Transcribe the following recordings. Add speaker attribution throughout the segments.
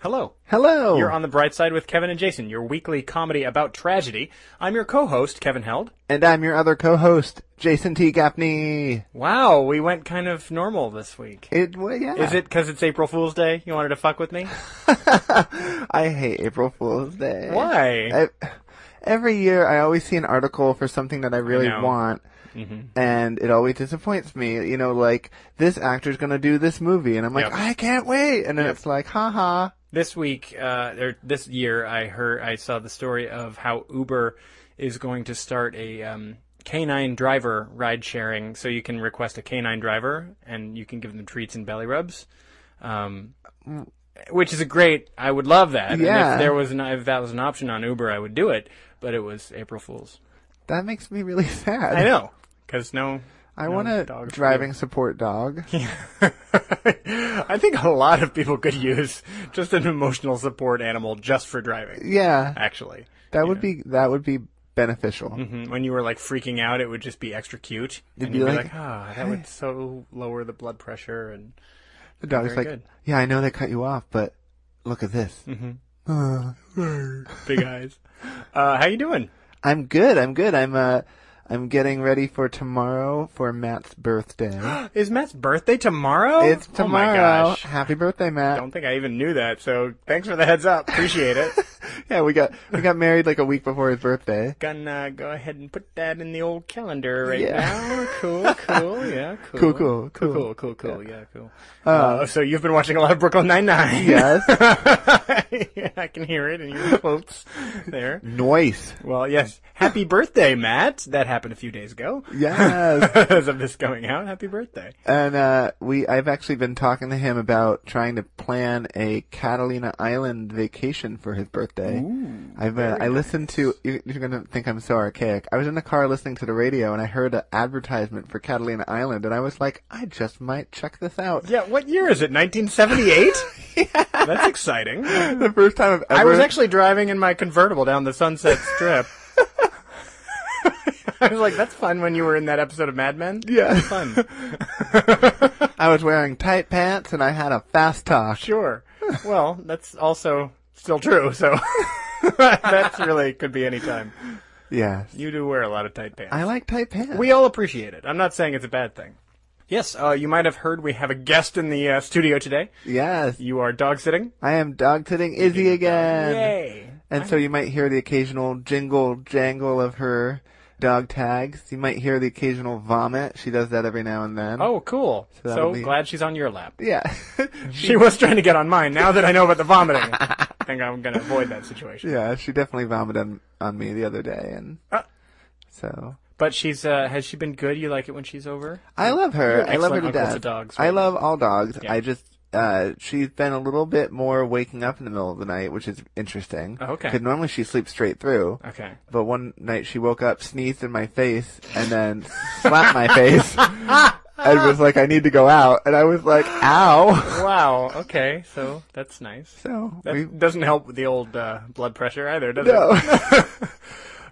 Speaker 1: Hello.
Speaker 2: Hello.
Speaker 1: You're on the bright side with Kevin and Jason, your weekly comedy about tragedy. I'm your co-host, Kevin Held.
Speaker 2: and I'm your other co-host, Jason T. Gaffney.
Speaker 1: Wow, we went kind of normal this week.
Speaker 2: It, well, yeah.
Speaker 1: Is it because it's April Fool's Day? You wanted to fuck with me?
Speaker 2: I hate April Fool's Day.
Speaker 1: Why?
Speaker 2: I, every year, I always see an article for something that I really
Speaker 1: know. Mm-hmm.
Speaker 2: want, and it always disappoints me. You know, like this actor's gonna do this movie, and I'm like,
Speaker 1: Yep.
Speaker 2: I can't wait. And then it's like, haha.
Speaker 1: This week, uh, or this year, I heard, I saw the story of how Uber is going to start a um, canine driver ride sharing, so you can request a canine driver and you can give them treats and belly rubs. Um, which is a great. I would love that. And
Speaker 2: Yeah.
Speaker 1: if there was an, if that was an option on Uber, I would do it. But it was April Fools.
Speaker 2: That makes me really sad.
Speaker 1: I know, because no.
Speaker 2: I
Speaker 1: no
Speaker 2: want a
Speaker 1: dogs
Speaker 2: driving support dog.
Speaker 1: I think a lot of people could use just an emotional support animal just for driving.
Speaker 2: yeah,
Speaker 1: Actually,
Speaker 2: that would be that would be beneficial.
Speaker 1: Mhm. when you were like freaking out, it would just be extra cute.
Speaker 2: It'd
Speaker 1: and
Speaker 2: be
Speaker 1: you'd
Speaker 2: like,
Speaker 1: be like, ah, that would so lower the blood pressure and
Speaker 2: The dog's
Speaker 1: Very
Speaker 2: like,
Speaker 1: good.
Speaker 2: yeah, I know they cut you off, but look at this. Uh,
Speaker 1: big eyes. Uh, how you doing?
Speaker 2: I'm good. I'm good. I'm uh, I'm getting ready for tomorrow for Matt's birthday.
Speaker 1: Is Matt's birthday tomorrow?
Speaker 2: it's tomorrow.
Speaker 1: Oh my gosh.
Speaker 2: Happy birthday, Matt.
Speaker 1: Don't think I even knew that. So thanks for the heads up. Appreciate it.
Speaker 2: Yeah, we got we got married like a week before his birthday.
Speaker 1: Gonna go ahead and put that in the old calendar right
Speaker 2: Yeah.
Speaker 1: now. Cool, cool, yeah, cool,
Speaker 2: Cool,
Speaker 1: cool,
Speaker 2: cool, cool.
Speaker 1: cool, cool, cool, yeah, cool. Uh, so you've been watching a lot of Brooklyn Nine Nine.
Speaker 2: Yes.
Speaker 1: I can hear it in your quotes there.
Speaker 2: Noise.
Speaker 1: Well, yes. Happy birthday, Matt. That happened a few days ago.
Speaker 2: Yes.
Speaker 1: As of this going out, happy birthday.
Speaker 2: and uh, we I've actually been talking to him about trying to plan a Catalina Island vacation for his birthday. I've uh, I listened to you- you're gonna think I'm so archaic. I was in the car listening to the radio and I heard an advertisement for Catalina Island and I was like, I just might check this out.
Speaker 1: Yeah, what year is it? 1978? That's exciting.
Speaker 2: the first time I've ever
Speaker 1: I was actually driving in my convertible down the Sunset Strip. I was like, that's fun when you were in that episode of Mad Men.
Speaker 2: Yeah.
Speaker 1: Fun.
Speaker 2: I was wearing tight pants and I had a fast talk.
Speaker 1: Sure. Well, that's also still true, so that's really could be any time.
Speaker 2: Yes.
Speaker 1: You do wear a lot of tight pants.
Speaker 2: I like tight pants.
Speaker 1: We all appreciate it. I'm not saying it's a bad thing. Yes, uh, you might have heard we have a guest in the uh, studio today.
Speaker 2: yes.
Speaker 1: You are dog sitting.
Speaker 2: I am dog sitting Izzy again.
Speaker 1: Yay!
Speaker 2: And so you might hear the occasional jingle jangle of her dog tags. You might hear the occasional vomit. She does that every now and then.
Speaker 1: Oh, cool. So,
Speaker 2: that'll be-
Speaker 1: glad she's on your lap.
Speaker 2: Yeah.
Speaker 1: She was trying to get on mine. Now that I know about the vomiting, I think I'm going to avoid that situation.
Speaker 2: yeah, she definitely vomited on, on me the other day and
Speaker 1: Ah.
Speaker 2: so
Speaker 1: But she's uh, has she been good? You like it when she's over?
Speaker 2: I love her.
Speaker 1: an
Speaker 2: I love her
Speaker 1: excellent
Speaker 2: to
Speaker 1: uncle
Speaker 2: death.
Speaker 1: to dogs,
Speaker 2: I
Speaker 1: right?
Speaker 2: love all dogs.
Speaker 1: Yeah.
Speaker 2: I just uh, she's been a little bit more waking up in the middle of the night, which is interesting.
Speaker 1: Oh, okay.
Speaker 2: Because normally she sleeps straight through.
Speaker 1: Okay.
Speaker 2: But one night she woke up, sneezed in my face, and then slapped my face, and was like, "I need to go out." And I was like, "Ow!"
Speaker 1: Wow. Okay. So that's nice.
Speaker 2: So
Speaker 1: That
Speaker 2: we
Speaker 1: doesn't help with the old uh, blood pressure either, does it?
Speaker 2: no.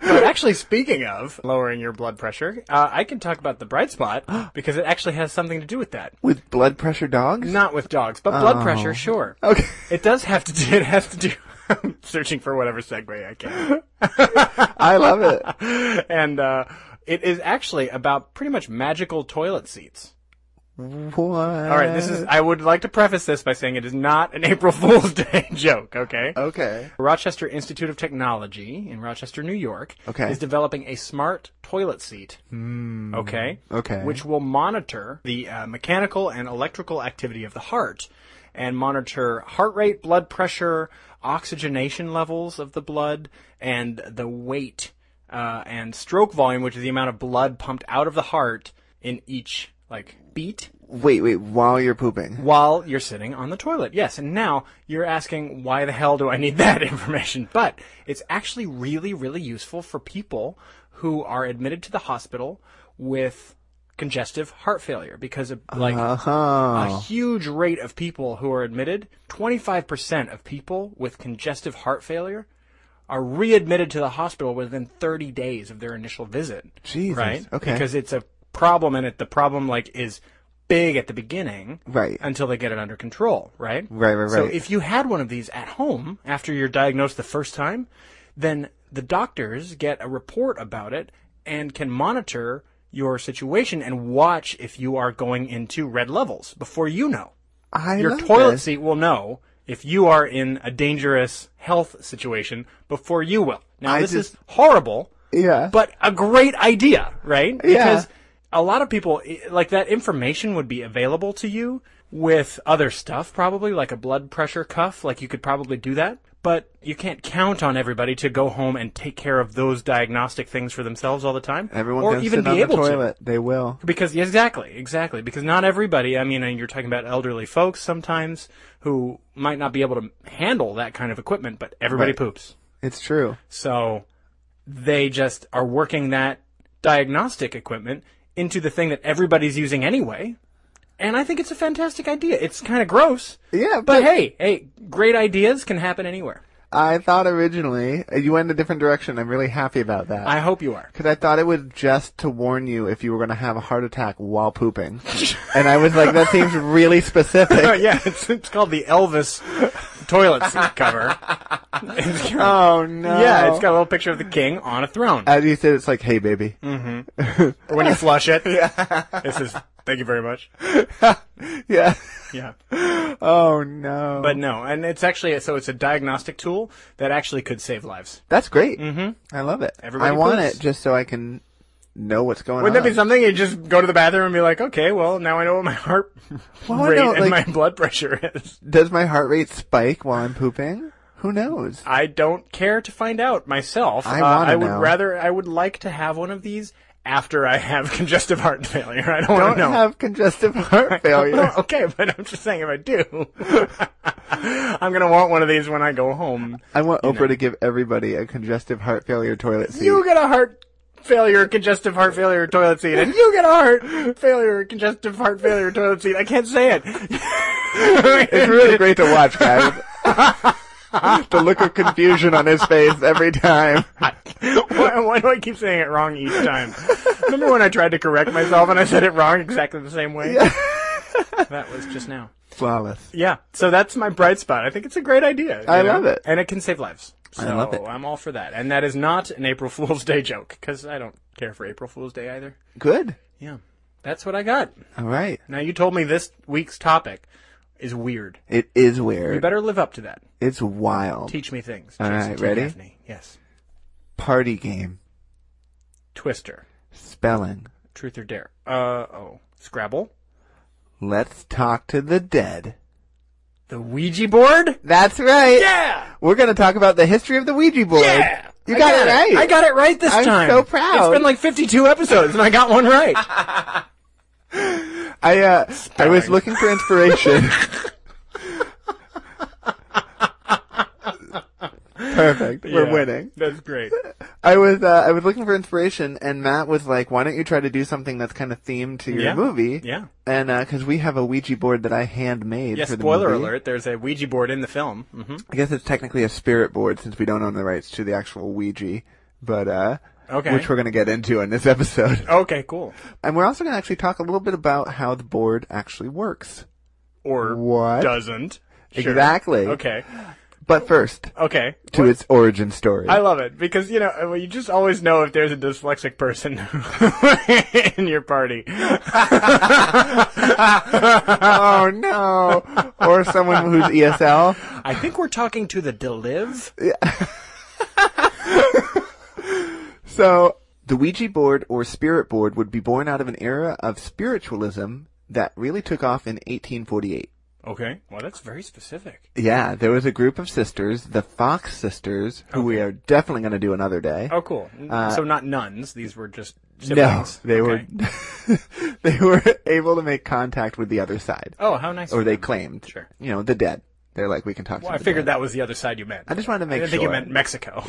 Speaker 1: But actually, speaking of lowering your blood pressure, uh, I can talk about the bright spot because it actually has something to do with that.
Speaker 2: with blood pressure dogs.
Speaker 1: Not with dogs, but blood
Speaker 2: Oh.
Speaker 1: pressure, sure.
Speaker 2: Okay.
Speaker 1: It does have to do. It has to do. I'm searching for whatever segue I can.
Speaker 2: I love it.
Speaker 1: and uh, it is actually about pretty much magical toilet seats.
Speaker 2: What?
Speaker 1: All right, this
Speaker 2: Uh.
Speaker 1: is. I would like to preface this by saying it is not an April Fool's Day joke. Okay.
Speaker 2: Oh. okay.
Speaker 1: Rochester Institute of Technology in Rochester, New York,
Speaker 2: Okay. Hmm.
Speaker 1: is developing a smart toilet seat. Okay.
Speaker 2: Okay.
Speaker 1: Which will monitor the uh, mechanical and electrical activity of the heart, and monitor heart rate, blood pressure, oxygenation levels of the blood, and the weight uh, and stroke volume, which is the amount of blood pumped out of the heart in each like beat
Speaker 2: Wait, wait, while you're pooping.
Speaker 1: while you're sitting on the toilet. Yes, and now you're asking why the hell do I need that information? But it's actually really, really useful for people who are admitted to the hospital with congestive heart failure because of like a
Speaker 2: Uh-huh.
Speaker 1: huge rate of people who are admitted, 25% of people with congestive heart failure are readmitted to the hospital within 30 days of their initial visit.
Speaker 2: Jesus.
Speaker 1: Right?
Speaker 2: Okay.
Speaker 1: Because it's a problem and it, the problem like is big at the beginning
Speaker 2: Right.
Speaker 1: until they get it under control, right?
Speaker 2: Right, right,
Speaker 1: So
Speaker 2: right.
Speaker 1: if you had one of these at home after you're diagnosed the first time, then the doctors get a report about it and can monitor your situation and watch if you are going into red levels before you know.
Speaker 2: I
Speaker 1: Your
Speaker 2: love
Speaker 1: toilet
Speaker 2: this.
Speaker 1: seat will know if you are in a dangerous health situation before you will. Now
Speaker 2: I
Speaker 1: this
Speaker 2: just-
Speaker 1: is horrible
Speaker 2: Yeah.
Speaker 1: but a great idea, right?
Speaker 2: Yeah.
Speaker 1: Because a lot of people, i- like that information would be available to you with other stuff, probably like a blood pressure cuff, like you could probably do that. But you can't count on everybody to go home and take care of those diagnostic things for themselves all the time.
Speaker 2: everyone
Speaker 1: or
Speaker 2: can
Speaker 1: even
Speaker 2: sit
Speaker 1: be
Speaker 2: on
Speaker 1: able
Speaker 2: the
Speaker 1: to.
Speaker 2: toilet. They will.
Speaker 1: Because yes, exactly, exactly. Because not everybody. I mean, and you're talking about elderly folks sometimes who might not be able to handle that kind of equipment, but everybody
Speaker 2: Right.
Speaker 1: poops.
Speaker 2: It's true.
Speaker 1: So they just are working that diagnostic equipment into the thing that everybody's using anyway. And I think it's a fantastic idea. It's kind of gross.
Speaker 2: Yeah,
Speaker 1: But hey, hey, great ideas can happen anywhere.
Speaker 2: I thought originally uh, you went a different direction. I'm really happy about that.
Speaker 1: I hope you are.
Speaker 2: Because I thought it was just to warn you if you were going to have a heart attack while pooping. and I was like, that seems really specific.
Speaker 1: Uh, yeah, it's, it's called the Elvis toilet seat cover. Uh, It's got-
Speaker 2: oh, no.
Speaker 1: yeah, it's got a little picture of the king on a throne.
Speaker 2: As you said, it's like, hey, baby.
Speaker 1: Mm. Or when you flush it, this is thank you very much.
Speaker 2: Yeah.
Speaker 1: Yeah.
Speaker 2: Oh, no.
Speaker 1: But no, and it's actually so it's a diagnostic tool that actually could save lives.
Speaker 2: That's great. Mm-hmm. I love it.
Speaker 1: Everybody
Speaker 2: I want
Speaker 1: poops.
Speaker 2: it just so I can know what's going
Speaker 1: Wouldn't
Speaker 2: on.
Speaker 1: that be something? You just go to the bathroom and be like, okay, well, now I know what my heart
Speaker 2: Well, I
Speaker 1: rate
Speaker 2: know,
Speaker 1: and
Speaker 2: like-
Speaker 1: my blood pressure is.
Speaker 2: Does my heart rate spike while I'm pooping? Who knows?
Speaker 1: I don't care to find out myself.
Speaker 2: I
Speaker 1: Uh,
Speaker 2: wanna
Speaker 1: I would
Speaker 2: know.
Speaker 1: rather, I would like to have one of these after I have congestive heart failure. I don't,
Speaker 2: don't
Speaker 1: want to know.
Speaker 2: have congestive heart failure.
Speaker 1: Well, okay, but I'm just saying if I do, I'm going to want one of these when I go home.
Speaker 2: I want Oprah to give everybody a congestive heart failure toilet seat.
Speaker 1: You get a heart failure, congestive heart failure toilet seat, and you get a heart failure, congestive heart failure toilet seat. I can't say
Speaker 2: It's
Speaker 1: it.
Speaker 2: really great to watch, guys. the look of confusion on his face every time.
Speaker 1: why, why do I keep saying it wrong each time? Remember when I tried to correct myself and I said it wrong exactly the same way? that was just now.
Speaker 2: Flawless.
Speaker 1: Yeah. So that's my bright spot. I think it's a great idea. you
Speaker 2: I love it.
Speaker 1: And it can save lives. So
Speaker 2: love it.
Speaker 1: I'm all for that. And that is not an April Fool's Day joke because I don't care for April Fool's Day either.
Speaker 2: Good.
Speaker 1: Yeah. That's what I got.
Speaker 2: All right.
Speaker 1: Now you told me this week's topic is weird.
Speaker 2: It is
Speaker 1: You
Speaker 2: weird.
Speaker 1: better live up to that.
Speaker 2: It's wild.
Speaker 1: Teach me things.
Speaker 2: All
Speaker 1: Jason
Speaker 2: right,
Speaker 1: T.
Speaker 2: ready?
Speaker 1: Gaffney. Yes.
Speaker 2: Party game.
Speaker 1: Twister.
Speaker 2: Spelling.
Speaker 1: Truth or dare. Uh oh. Scrabble.
Speaker 2: Let's talk to the dead.
Speaker 1: The Ouija board.
Speaker 2: That's right.
Speaker 1: Yeah.
Speaker 2: We're going to talk about the history of the Ouija board.
Speaker 1: Yeah.
Speaker 2: You
Speaker 1: I
Speaker 2: got, it right.
Speaker 1: I got it right this
Speaker 2: I'm
Speaker 1: time.
Speaker 2: so proud.
Speaker 1: It's been like 52 episodes and I got one right.
Speaker 2: I uh, I was looking for inspiration. Perfect. We're
Speaker 1: Yeah.
Speaker 2: winning.
Speaker 1: That's great.
Speaker 2: I was uh, I was looking for inspiration, and Matt was like, "Why don't you try to do something that's kind of themed to your
Speaker 1: Yeah.
Speaker 2: movie?"
Speaker 1: Yeah.
Speaker 2: And because we have a Ouija board that I handmade.
Speaker 1: Yes.
Speaker 2: for the
Speaker 1: Spoiler
Speaker 2: movie.
Speaker 1: alert. There's a Ouija board in the film. hmm
Speaker 2: I guess it's technically a spirit board since we don't own the rights to the actual Ouija, but uh,
Speaker 1: Mm-hmm. Okay.
Speaker 2: which we're gonna get into in this episode.
Speaker 1: Okay. Cool.
Speaker 2: And we're also gonna actually talk a little bit about how the board actually works.
Speaker 1: Or
Speaker 2: What?
Speaker 1: doesn't. Sure.
Speaker 2: Exactly.
Speaker 1: Okay.
Speaker 2: But first,
Speaker 1: Okay.
Speaker 2: to its origin story.
Speaker 1: I love it because you know well, you just always know if there's a dyslexic person in your party.
Speaker 2: oh no! or someone who's E ESL.
Speaker 1: I think we're talking to the deliv.
Speaker 2: So the Ouija board or spirit board would be born out of an era of spiritualism that really took off in 1848.
Speaker 1: Okay. Well, that's very specific.
Speaker 2: Yeah, there was a group of sisters, the Fox sisters, who we are definitely going to do another day.
Speaker 1: Oh, cool. so not nuns. These were just siblings?
Speaker 2: Uh, No, they
Speaker 1: Okay.
Speaker 2: were they were able to make contact with the other side,
Speaker 1: Oh, how nice.
Speaker 2: or
Speaker 1: of
Speaker 2: they
Speaker 1: them.
Speaker 2: claimed.
Speaker 1: Sure.
Speaker 2: You know, the dead. They're like, we can talk.
Speaker 1: Well,
Speaker 2: to
Speaker 1: I
Speaker 2: the
Speaker 1: figured
Speaker 2: dead.
Speaker 1: that was the other side you meant.
Speaker 2: I just wanted to
Speaker 1: I
Speaker 2: make
Speaker 1: didn't
Speaker 2: sure
Speaker 1: think you meant Mexico.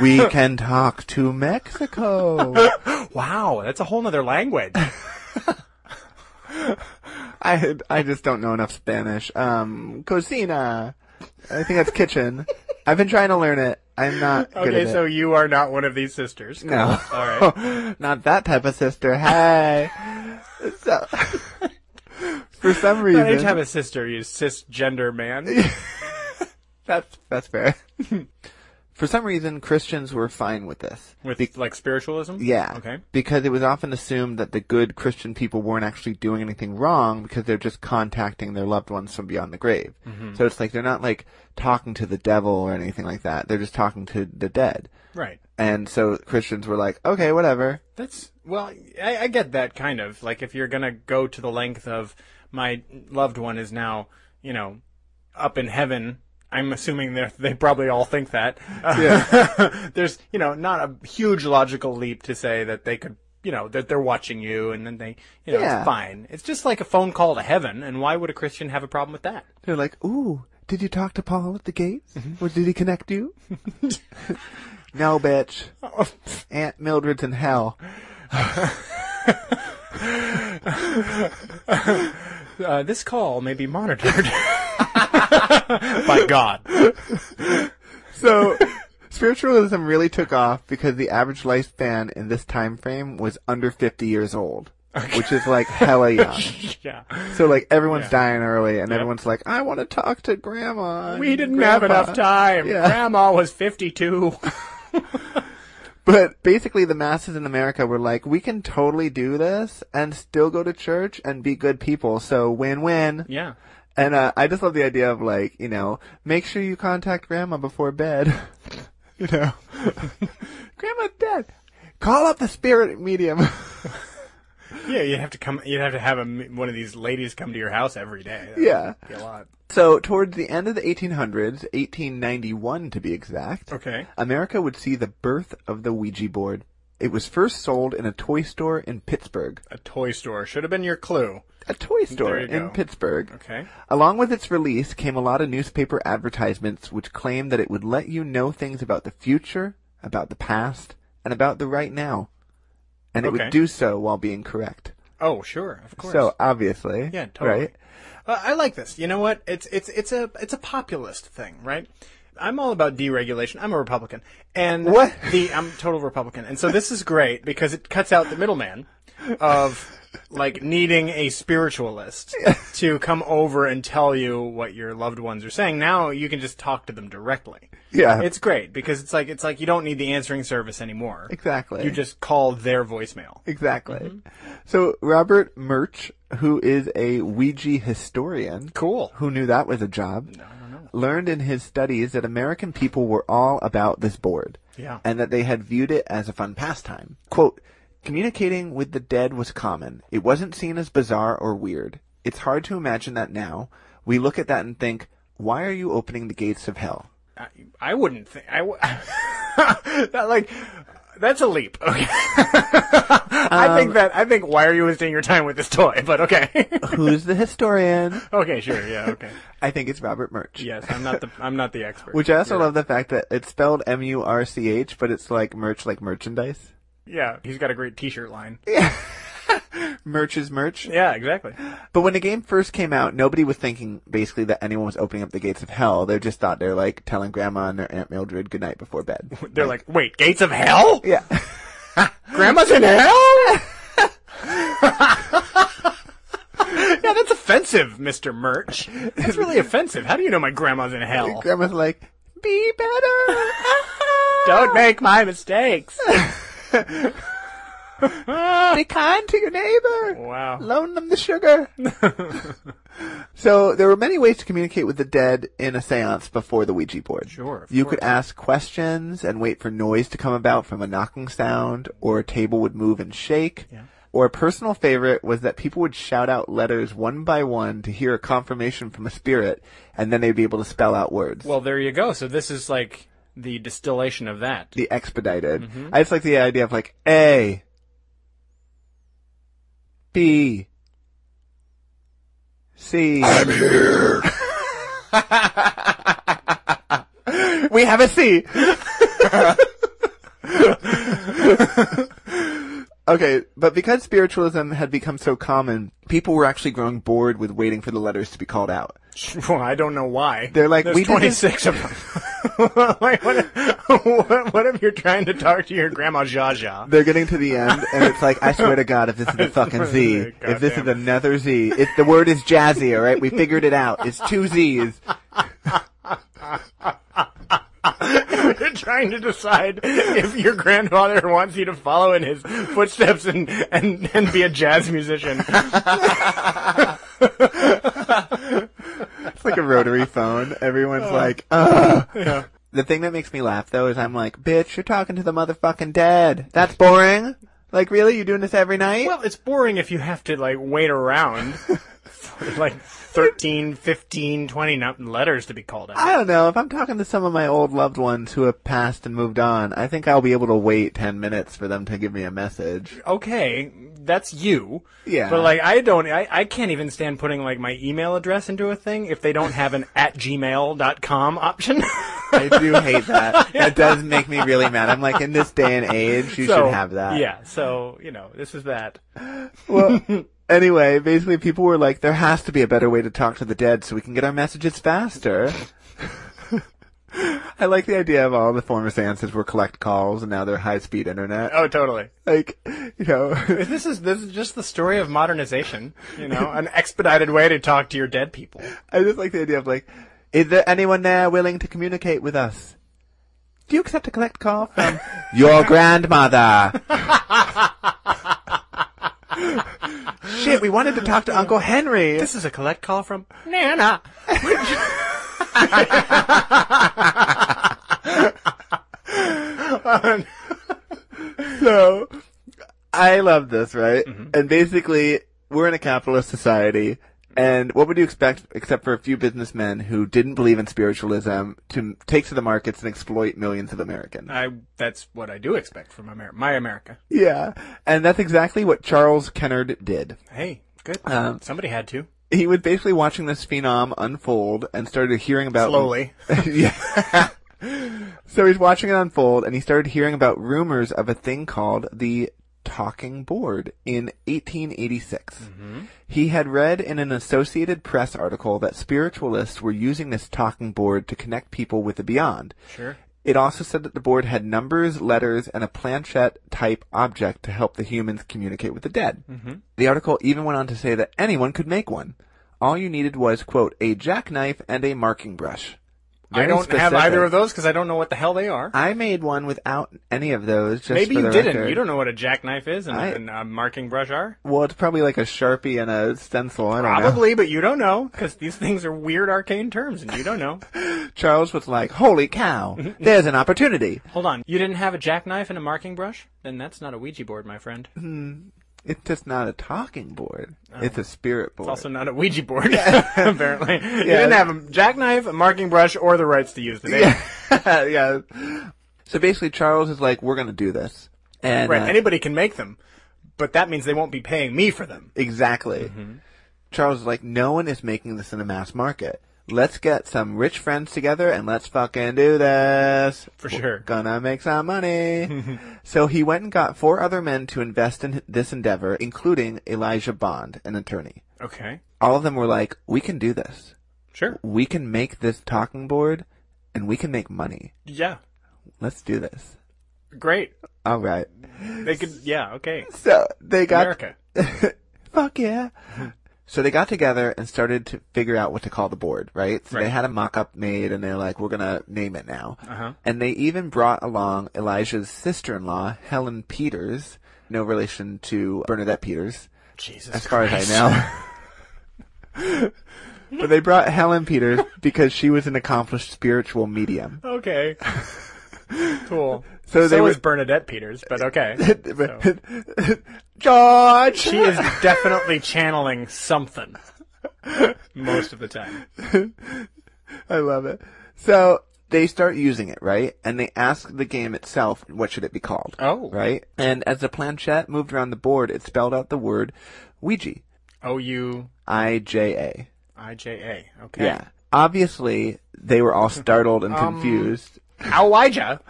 Speaker 2: we can talk to Mexico.
Speaker 1: Wow, that's a whole nother language.
Speaker 2: I I just don't know enough Spanish. Um, cocina. I think that's kitchen. I've been trying to learn it. I'm not good
Speaker 1: okay,
Speaker 2: at
Speaker 1: so
Speaker 2: it.
Speaker 1: you are not one of these sisters. Cool.
Speaker 2: No.
Speaker 1: All right.
Speaker 2: not that type of sister. Hey. so, for some reason,
Speaker 1: I did have a sister, you cisgender man.
Speaker 2: That's that's fair. For some reason, Christians were fine with this.
Speaker 1: With,
Speaker 2: Be-
Speaker 1: like, spiritualism?
Speaker 2: yeah.
Speaker 1: Okay.
Speaker 2: Because it was often assumed that the good Christian people weren't actually doing anything wrong because they're just contacting their loved ones from beyond the grave. So it's like they're not like talking to the devil or anything like that. They're just talking to the dead.
Speaker 1: Right.
Speaker 2: And so Christians were like, okay, whatever.
Speaker 1: That's, well, I, I get that kind of. Like, if you're going to go to the length of my loved one is now, you know, up in heaven. I'm assuming they they probably all think that. Uh, There's, you know, not a huge logical leap to say that they could, you know, that they're watching you and then they, you know,
Speaker 2: Yeah.
Speaker 1: it's fine. It's just like a phone call to heaven, and why would a Christian have a problem with that?
Speaker 2: They're like, ooh, did you talk to Paul at the gates? Or did he connect you? no, bitch. Aunt Mildred's in hell.
Speaker 1: Uh, this call may be monitored by God.
Speaker 2: So spiritualism really took off because the average lifespan in this time frame was under 50 years old, which is like hella young.
Speaker 1: Yeah.
Speaker 2: so like everyone's dying early and everyone's like, I want to talk to grandma. and
Speaker 1: We didn't have
Speaker 2: grandpa."
Speaker 1: enough time.
Speaker 2: Yeah.
Speaker 1: Grandma was 52.
Speaker 2: But basically the masses in America were like, we can totally do this and still go to church and be good people. So win-win.
Speaker 1: yeah.
Speaker 2: And uh, I just love the idea of like, you know, make sure you contact grandma before bed. you know, grandma's dead. Call up the spirit medium.
Speaker 1: Yeah, you'd have to come, you'd have to have a, one of these ladies come to your house every day. That would
Speaker 2: Yeah.
Speaker 1: be a lot.
Speaker 2: so towards the end of the 1800s, 1891 to be exact,
Speaker 1: Okay.
Speaker 2: America would see the birth of the Ouija board. It was first sold in a toy store in Pittsburgh.
Speaker 1: A toy store should have been your clue.
Speaker 2: A toy store
Speaker 1: There you
Speaker 2: in
Speaker 1: go.
Speaker 2: Pittsburgh.
Speaker 1: Okay.
Speaker 2: Along with its release came a lot of newspaper advertisements which claimed that it would let you know things about the future, about the past, and about the right now. And it
Speaker 1: Okay.
Speaker 2: would do so while being correct.
Speaker 1: Oh, sure. Of course.
Speaker 2: So obviously,
Speaker 1: Yeah, totally.
Speaker 2: right?
Speaker 1: Uh, I like this. You know what? It's it's it's a it's a populist thing, right? I'm all about deregulation. I'm a Republican, and
Speaker 2: What?
Speaker 1: the I'm a total Republican, and so this is great because it cuts out the middleman of like needing a spiritualist to come over and tell you what your loved ones are saying. Now you can just talk to them directly.
Speaker 2: Yeah,
Speaker 1: It's great because it's like it's like you don't need the answering service anymore.
Speaker 2: exactly.
Speaker 1: You just Mm-hmm. call their voicemail.
Speaker 2: exactly. So Robert Murch, who is a Ouija historian,
Speaker 1: Cool.
Speaker 2: who knew that was a job, learned in his studies that American people were all about this board.
Speaker 1: Yeah.
Speaker 2: And that they had viewed it as a fun pastime. Quote, communicating with the dead was common. It wasn't seen as bizarre or weird. It's hard to imagine that now. We look at that and think, why are you opening the gates of hell?
Speaker 1: I, I wouldn't think I w- that like that's a leap. Okay. I think that I think why are you wasting your time with this toy? But okay.
Speaker 2: Who's the historian?
Speaker 1: okay, sure. Yeah, okay.
Speaker 2: I think it's Robert Murch.
Speaker 1: Yes, I'm not the I'm not the expert.
Speaker 2: Which I also love the fact that it's spelled M-U-R-C-H, but it's like merch, like merchandise.
Speaker 1: Yeah, he's got a great t-shirt line.
Speaker 2: Merch is merch.
Speaker 1: Yeah, exactly.
Speaker 2: But when the game first came out, nobody was thinking basically that anyone was opening up the gates of hell. They just thought they're like telling grandma and their aunt Mildred goodnight before bed.
Speaker 1: They're like, "Wait, gates of hell?
Speaker 2: yeah.
Speaker 1: Grandma's in hell?" yeah, that's offensive, Mr. Merch. That's really offensive. How do you know my grandma's in hell?
Speaker 2: Grandma's like, be better.
Speaker 1: Don't make my mistakes.
Speaker 2: be kind to your neighbor.
Speaker 1: Wow.
Speaker 2: Loan them the sugar. so there were many ways to communicate with the dead in a seance before the Ouija board.
Speaker 1: Sure, of
Speaker 2: You could ask questions and wait for noise to come about from a knocking sound, or a table would move and shake. Or a personal favorite was that people would shout out letters one by one to hear a confirmation from a spirit, and then they'd be able to spell out words.
Speaker 1: Well, there you go. So this is like the distillation of that.
Speaker 2: the expedited. I just like the idea of like A, B, C. I'm here. we have a C. okay, but because spiritualism had become so common, people were actually growing bored with waiting for the letters to be called out.
Speaker 1: Well, I don't know why.
Speaker 2: They're like,
Speaker 1: There's
Speaker 2: we did this-
Speaker 1: 26 of them. like, what, if, what, what if you're trying to talk to your grandma Zsa Zsa?
Speaker 2: They're getting to the end, and it's like, I swear to God, if this is a fucking Z,
Speaker 1: swear to God,
Speaker 2: if this
Speaker 1: damn.
Speaker 2: is another Z, it, the word is jazzy, all right? We figured it out. It's two Z's.
Speaker 1: You're trying to decide if your grandfather wants you to follow in his footsteps and, and, and be a jazz musician.
Speaker 2: It's like a rotary phone. Everyone's
Speaker 1: Oh.
Speaker 2: like, ugh. The thing that makes me laugh, though, is I'm like, bitch, you're talking to the motherfucking dead. That's boring. Like, really? You doing this every night?
Speaker 1: Well, it's boring if you have to, like, wait around for, like, 13, 15, 20 no- letters to be called out.
Speaker 2: I don't know. If I'm talking to some of my old loved ones who have passed and moved on, I think I'll be able to wait 10 minutes for them to give me a message.
Speaker 1: Okay, that's you.
Speaker 2: Yeah.
Speaker 1: But, like, I don't, I, I can't even stand putting, like, my email address into a thing if they don't have an at gmail.com option.
Speaker 2: I do hate that. That does make me really mad. I'm like, in this day and age, you
Speaker 1: So,
Speaker 2: should have that.
Speaker 1: Yeah, so, you know, this is that.
Speaker 2: Well, anyway, basically, people were like, there has to be a better way to talk to the dead so we can get our messages faster. I like the idea of all the former seances were collect calls and now they're high speed internet.
Speaker 1: Oh, totally.
Speaker 2: Like, you know,
Speaker 1: This is this is just the story of modernization, you know, an expedited way to talk to your dead people.
Speaker 2: I just like the idea of like, is there anyone there willing to communicate with us? Do you accept a collect call from your grandmother? Shit, we wanted to talk to Uncle Henry.
Speaker 1: This is a collect call from Nana.
Speaker 2: So, I love this, right? And basically, we're in a capitalist society, and what would you expect except for a few businessmen who didn't believe in spiritualism to m- take to the markets and exploit millions of Americans?
Speaker 1: I that's what I do expect from America, my America.
Speaker 2: yeah. And that's exactly what Charles Kennard did.
Speaker 1: Hey, good.
Speaker 2: Um,
Speaker 1: Somebody had to
Speaker 2: He was basically watching this phenom unfold and started hearing about
Speaker 1: slowly.
Speaker 2: um, yeah. so he's watching it unfold and he started hearing about rumors of a thing called the talking board in 1886. He had read in an Associated Press article that spiritualists were using this talking board to connect people with the beyond.
Speaker 1: Sure.
Speaker 2: It also said that the board had numbers, letters, and a planchette type object to help the humans communicate with the dead.
Speaker 1: Mm-hmm.
Speaker 2: The article even went on to say that anyone could make one. All you needed was, quote, a jackknife and a marking brush.
Speaker 1: I
Speaker 2: Very
Speaker 1: don't have
Speaker 2: specific.
Speaker 1: either of those because I don't know what the hell they are.
Speaker 2: I made one without any of those. Just
Speaker 1: Maybe
Speaker 2: for
Speaker 1: you
Speaker 2: the
Speaker 1: didn't.
Speaker 2: record.
Speaker 1: You don't know what a jackknife is and,
Speaker 2: I-
Speaker 1: and a marking brush are.
Speaker 2: Well, it's probably like a sharpie and a stencil. I don't know.
Speaker 1: Probably, but you don't know because these things are weird, arcane terms, and you don't know.
Speaker 2: Charles was like, "Holy cow! There's an opportunity."
Speaker 1: Hold on. You didn't have a jackknife and a marking brush? Then that's not a Ouija board, my friend. It's
Speaker 2: It's just not a talking board. It's a spirit board.
Speaker 1: Oh. also not a Ouija board, apparently. You didn't have a jackknife, a marking brush, or the rights to use the name.
Speaker 2: yeah. So basically, Charles is like, "We're going to do this," and
Speaker 1: Right.
Speaker 2: uh,
Speaker 1: Anybody can make them, but that means they won't be paying me for them.
Speaker 2: exactly. Charles is like, "No one is making this in a mass market. Let's get some rich friends together and let's fucking do this."
Speaker 1: For sure.
Speaker 2: Gonna make some money. so he went and got four other men to invest in this endeavor, including Elijah Bond, an attorney.
Speaker 1: Okay.
Speaker 2: All of them were like, "We can do this.
Speaker 1: Sure.
Speaker 2: We can make this talking board, and we can make money.
Speaker 1: Yeah.
Speaker 2: Let's do this."
Speaker 1: Great.
Speaker 2: All right.
Speaker 1: They could. Yeah. Okay.
Speaker 2: So they got
Speaker 1: America.
Speaker 2: Fuck yeah. So they got together and started to figure out what to call the board, right? So they
Speaker 1: Right.
Speaker 2: had a mock-up made and they're like, we're gonna name it now.
Speaker 1: Uh-huh.
Speaker 2: And they even brought along Elijah's sister-in-law, Helen Peters, no relation to Bernadette Peters,
Speaker 1: Jesus.
Speaker 2: as far
Speaker 1: Christ.
Speaker 2: as I know. but they brought Helen Peters because she was an accomplished spiritual medium.
Speaker 1: Okay. Cool.
Speaker 2: So
Speaker 1: So,
Speaker 2: they
Speaker 1: was
Speaker 2: were-
Speaker 1: Bernadette Peters, but okay. So.
Speaker 2: George!
Speaker 1: She is definitely channeling something most of the time.
Speaker 2: I love it. So they start using it, right? And they ask the game itself, what should it be called?
Speaker 1: Oh.
Speaker 2: Right? And as the planchette moved around the board, it spelled out the word Ouija.
Speaker 1: O U
Speaker 2: I-J-A.
Speaker 1: I J A. Okay.
Speaker 2: Yeah. Obviously, they were all startled and confused.
Speaker 1: Owija.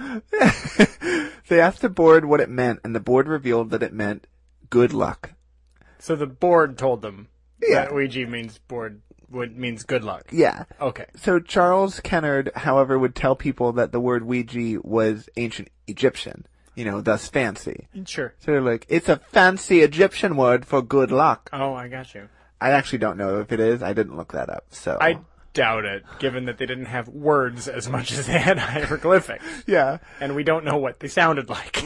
Speaker 2: they asked the board what it meant, and the board revealed that it meant good luck.
Speaker 1: So the board told them
Speaker 2: Yeah.
Speaker 1: that Ouija means board would means good luck.
Speaker 2: Yeah.
Speaker 1: Okay.
Speaker 2: So Charles Kennard, however, would tell people that the word Ouija was ancient Egyptian, you know, thus fancy.
Speaker 1: Sure.
Speaker 2: So they're like, it's a fancy Egyptian word for good luck.
Speaker 1: Oh, I got you.
Speaker 2: I actually don't know if it is. I didn't look that up. So
Speaker 1: I doubt it, given that they didn't have words as much as they had hieroglyphics,
Speaker 2: yeah.
Speaker 1: and we don't know what they sounded like.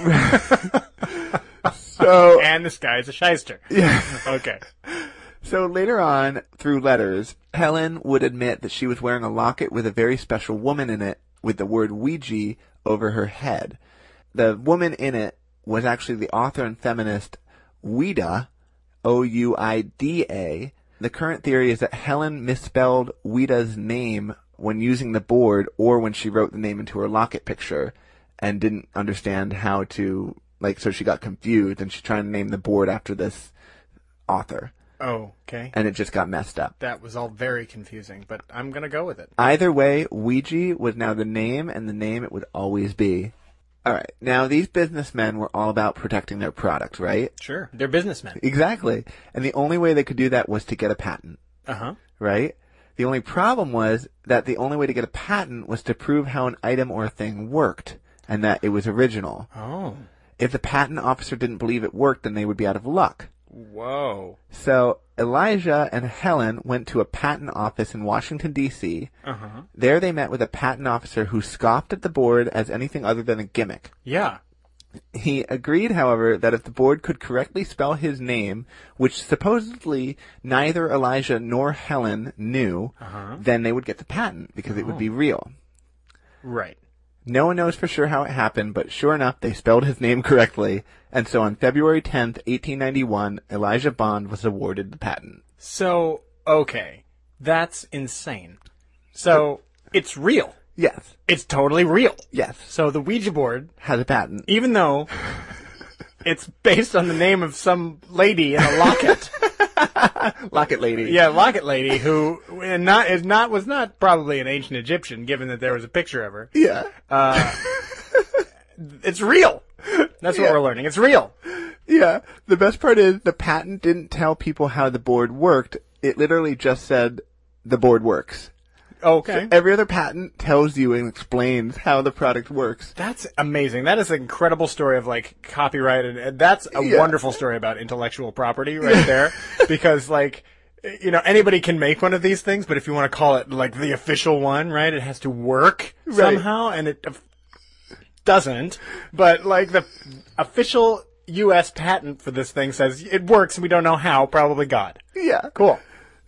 Speaker 2: So
Speaker 1: and this guy's a shyster.
Speaker 2: yeah.
Speaker 1: Okay.
Speaker 2: So later on, through letters, Helen would admit that she was wearing a locket with a very special woman in it with the word Ouija over her head. The woman in it was actually the author and feminist Ouida, O-U-I-D-A. The current theory is that Helen misspelled Ouida's name when using the board or when she wrote the name into her locket picture and didn't understand how to, like, so she got confused and she tried to name the board after this author
Speaker 1: Okay.
Speaker 2: and it just got messed up.
Speaker 1: That was all very confusing, but I'm gonna go with it.
Speaker 2: Either way, Ouija was now the name, and the name it would always be. All right, now these businessmen were all about protecting their product, right?
Speaker 1: Sure. They're businessmen.
Speaker 2: Exactly. And the only way they could do that was to get a patent,
Speaker 1: Uh huh.
Speaker 2: right? The only problem was that the only way to get a patent was to prove how an item or a thing worked and that it was original.
Speaker 1: Oh.
Speaker 2: If the patent officer didn't believe it worked, then they would be out of luck.
Speaker 1: Whoa.
Speaker 2: So Elijah and Helen went to a patent office in Washington, D.C.
Speaker 1: Uh huh.
Speaker 2: There they met with a patent officer who scoffed at the board as anything other than a gimmick.
Speaker 1: Yeah.
Speaker 2: He agreed, however, that if the board could correctly spell his name, which supposedly neither Elijah nor Helen knew, then they would get the patent because it would be real.
Speaker 1: Right.
Speaker 2: No one knows for sure how it happened, but sure enough, they spelled his name correctly. And so on February 10th, 1891, Elijah Bond was awarded the patent.
Speaker 1: So okay, that's insane. So it's real.
Speaker 2: Yes.
Speaker 1: It's totally real.
Speaker 2: Yes.
Speaker 1: So the Ouija board
Speaker 2: Has a patent.
Speaker 1: even though it's based on the name of some lady in a locket.
Speaker 2: Locket lady.
Speaker 1: yeah, locket lady who and not is not was not probably an ancient Egyptian, given that there was a picture of her.
Speaker 2: Yeah.
Speaker 1: It's real. That's what we're learning. It's real.
Speaker 2: Yeah. The best part is the patent didn't tell people how the board worked. It literally just said the board works.
Speaker 1: Okay.
Speaker 2: Every other patent tells you and explains how the product works.
Speaker 1: That's amazing. That is an incredible story of like copyright, and- and that's a
Speaker 2: Yeah.
Speaker 1: wonderful story about intellectual property right there. because like, you know, anybody can make one of these things, but if you want to call it like the official one, right, it has to work somehow, and it of- doesn't. But like the official U.S. patent for this thing says it works, and we don't know how. Probably God.
Speaker 2: Yeah.
Speaker 1: Cool.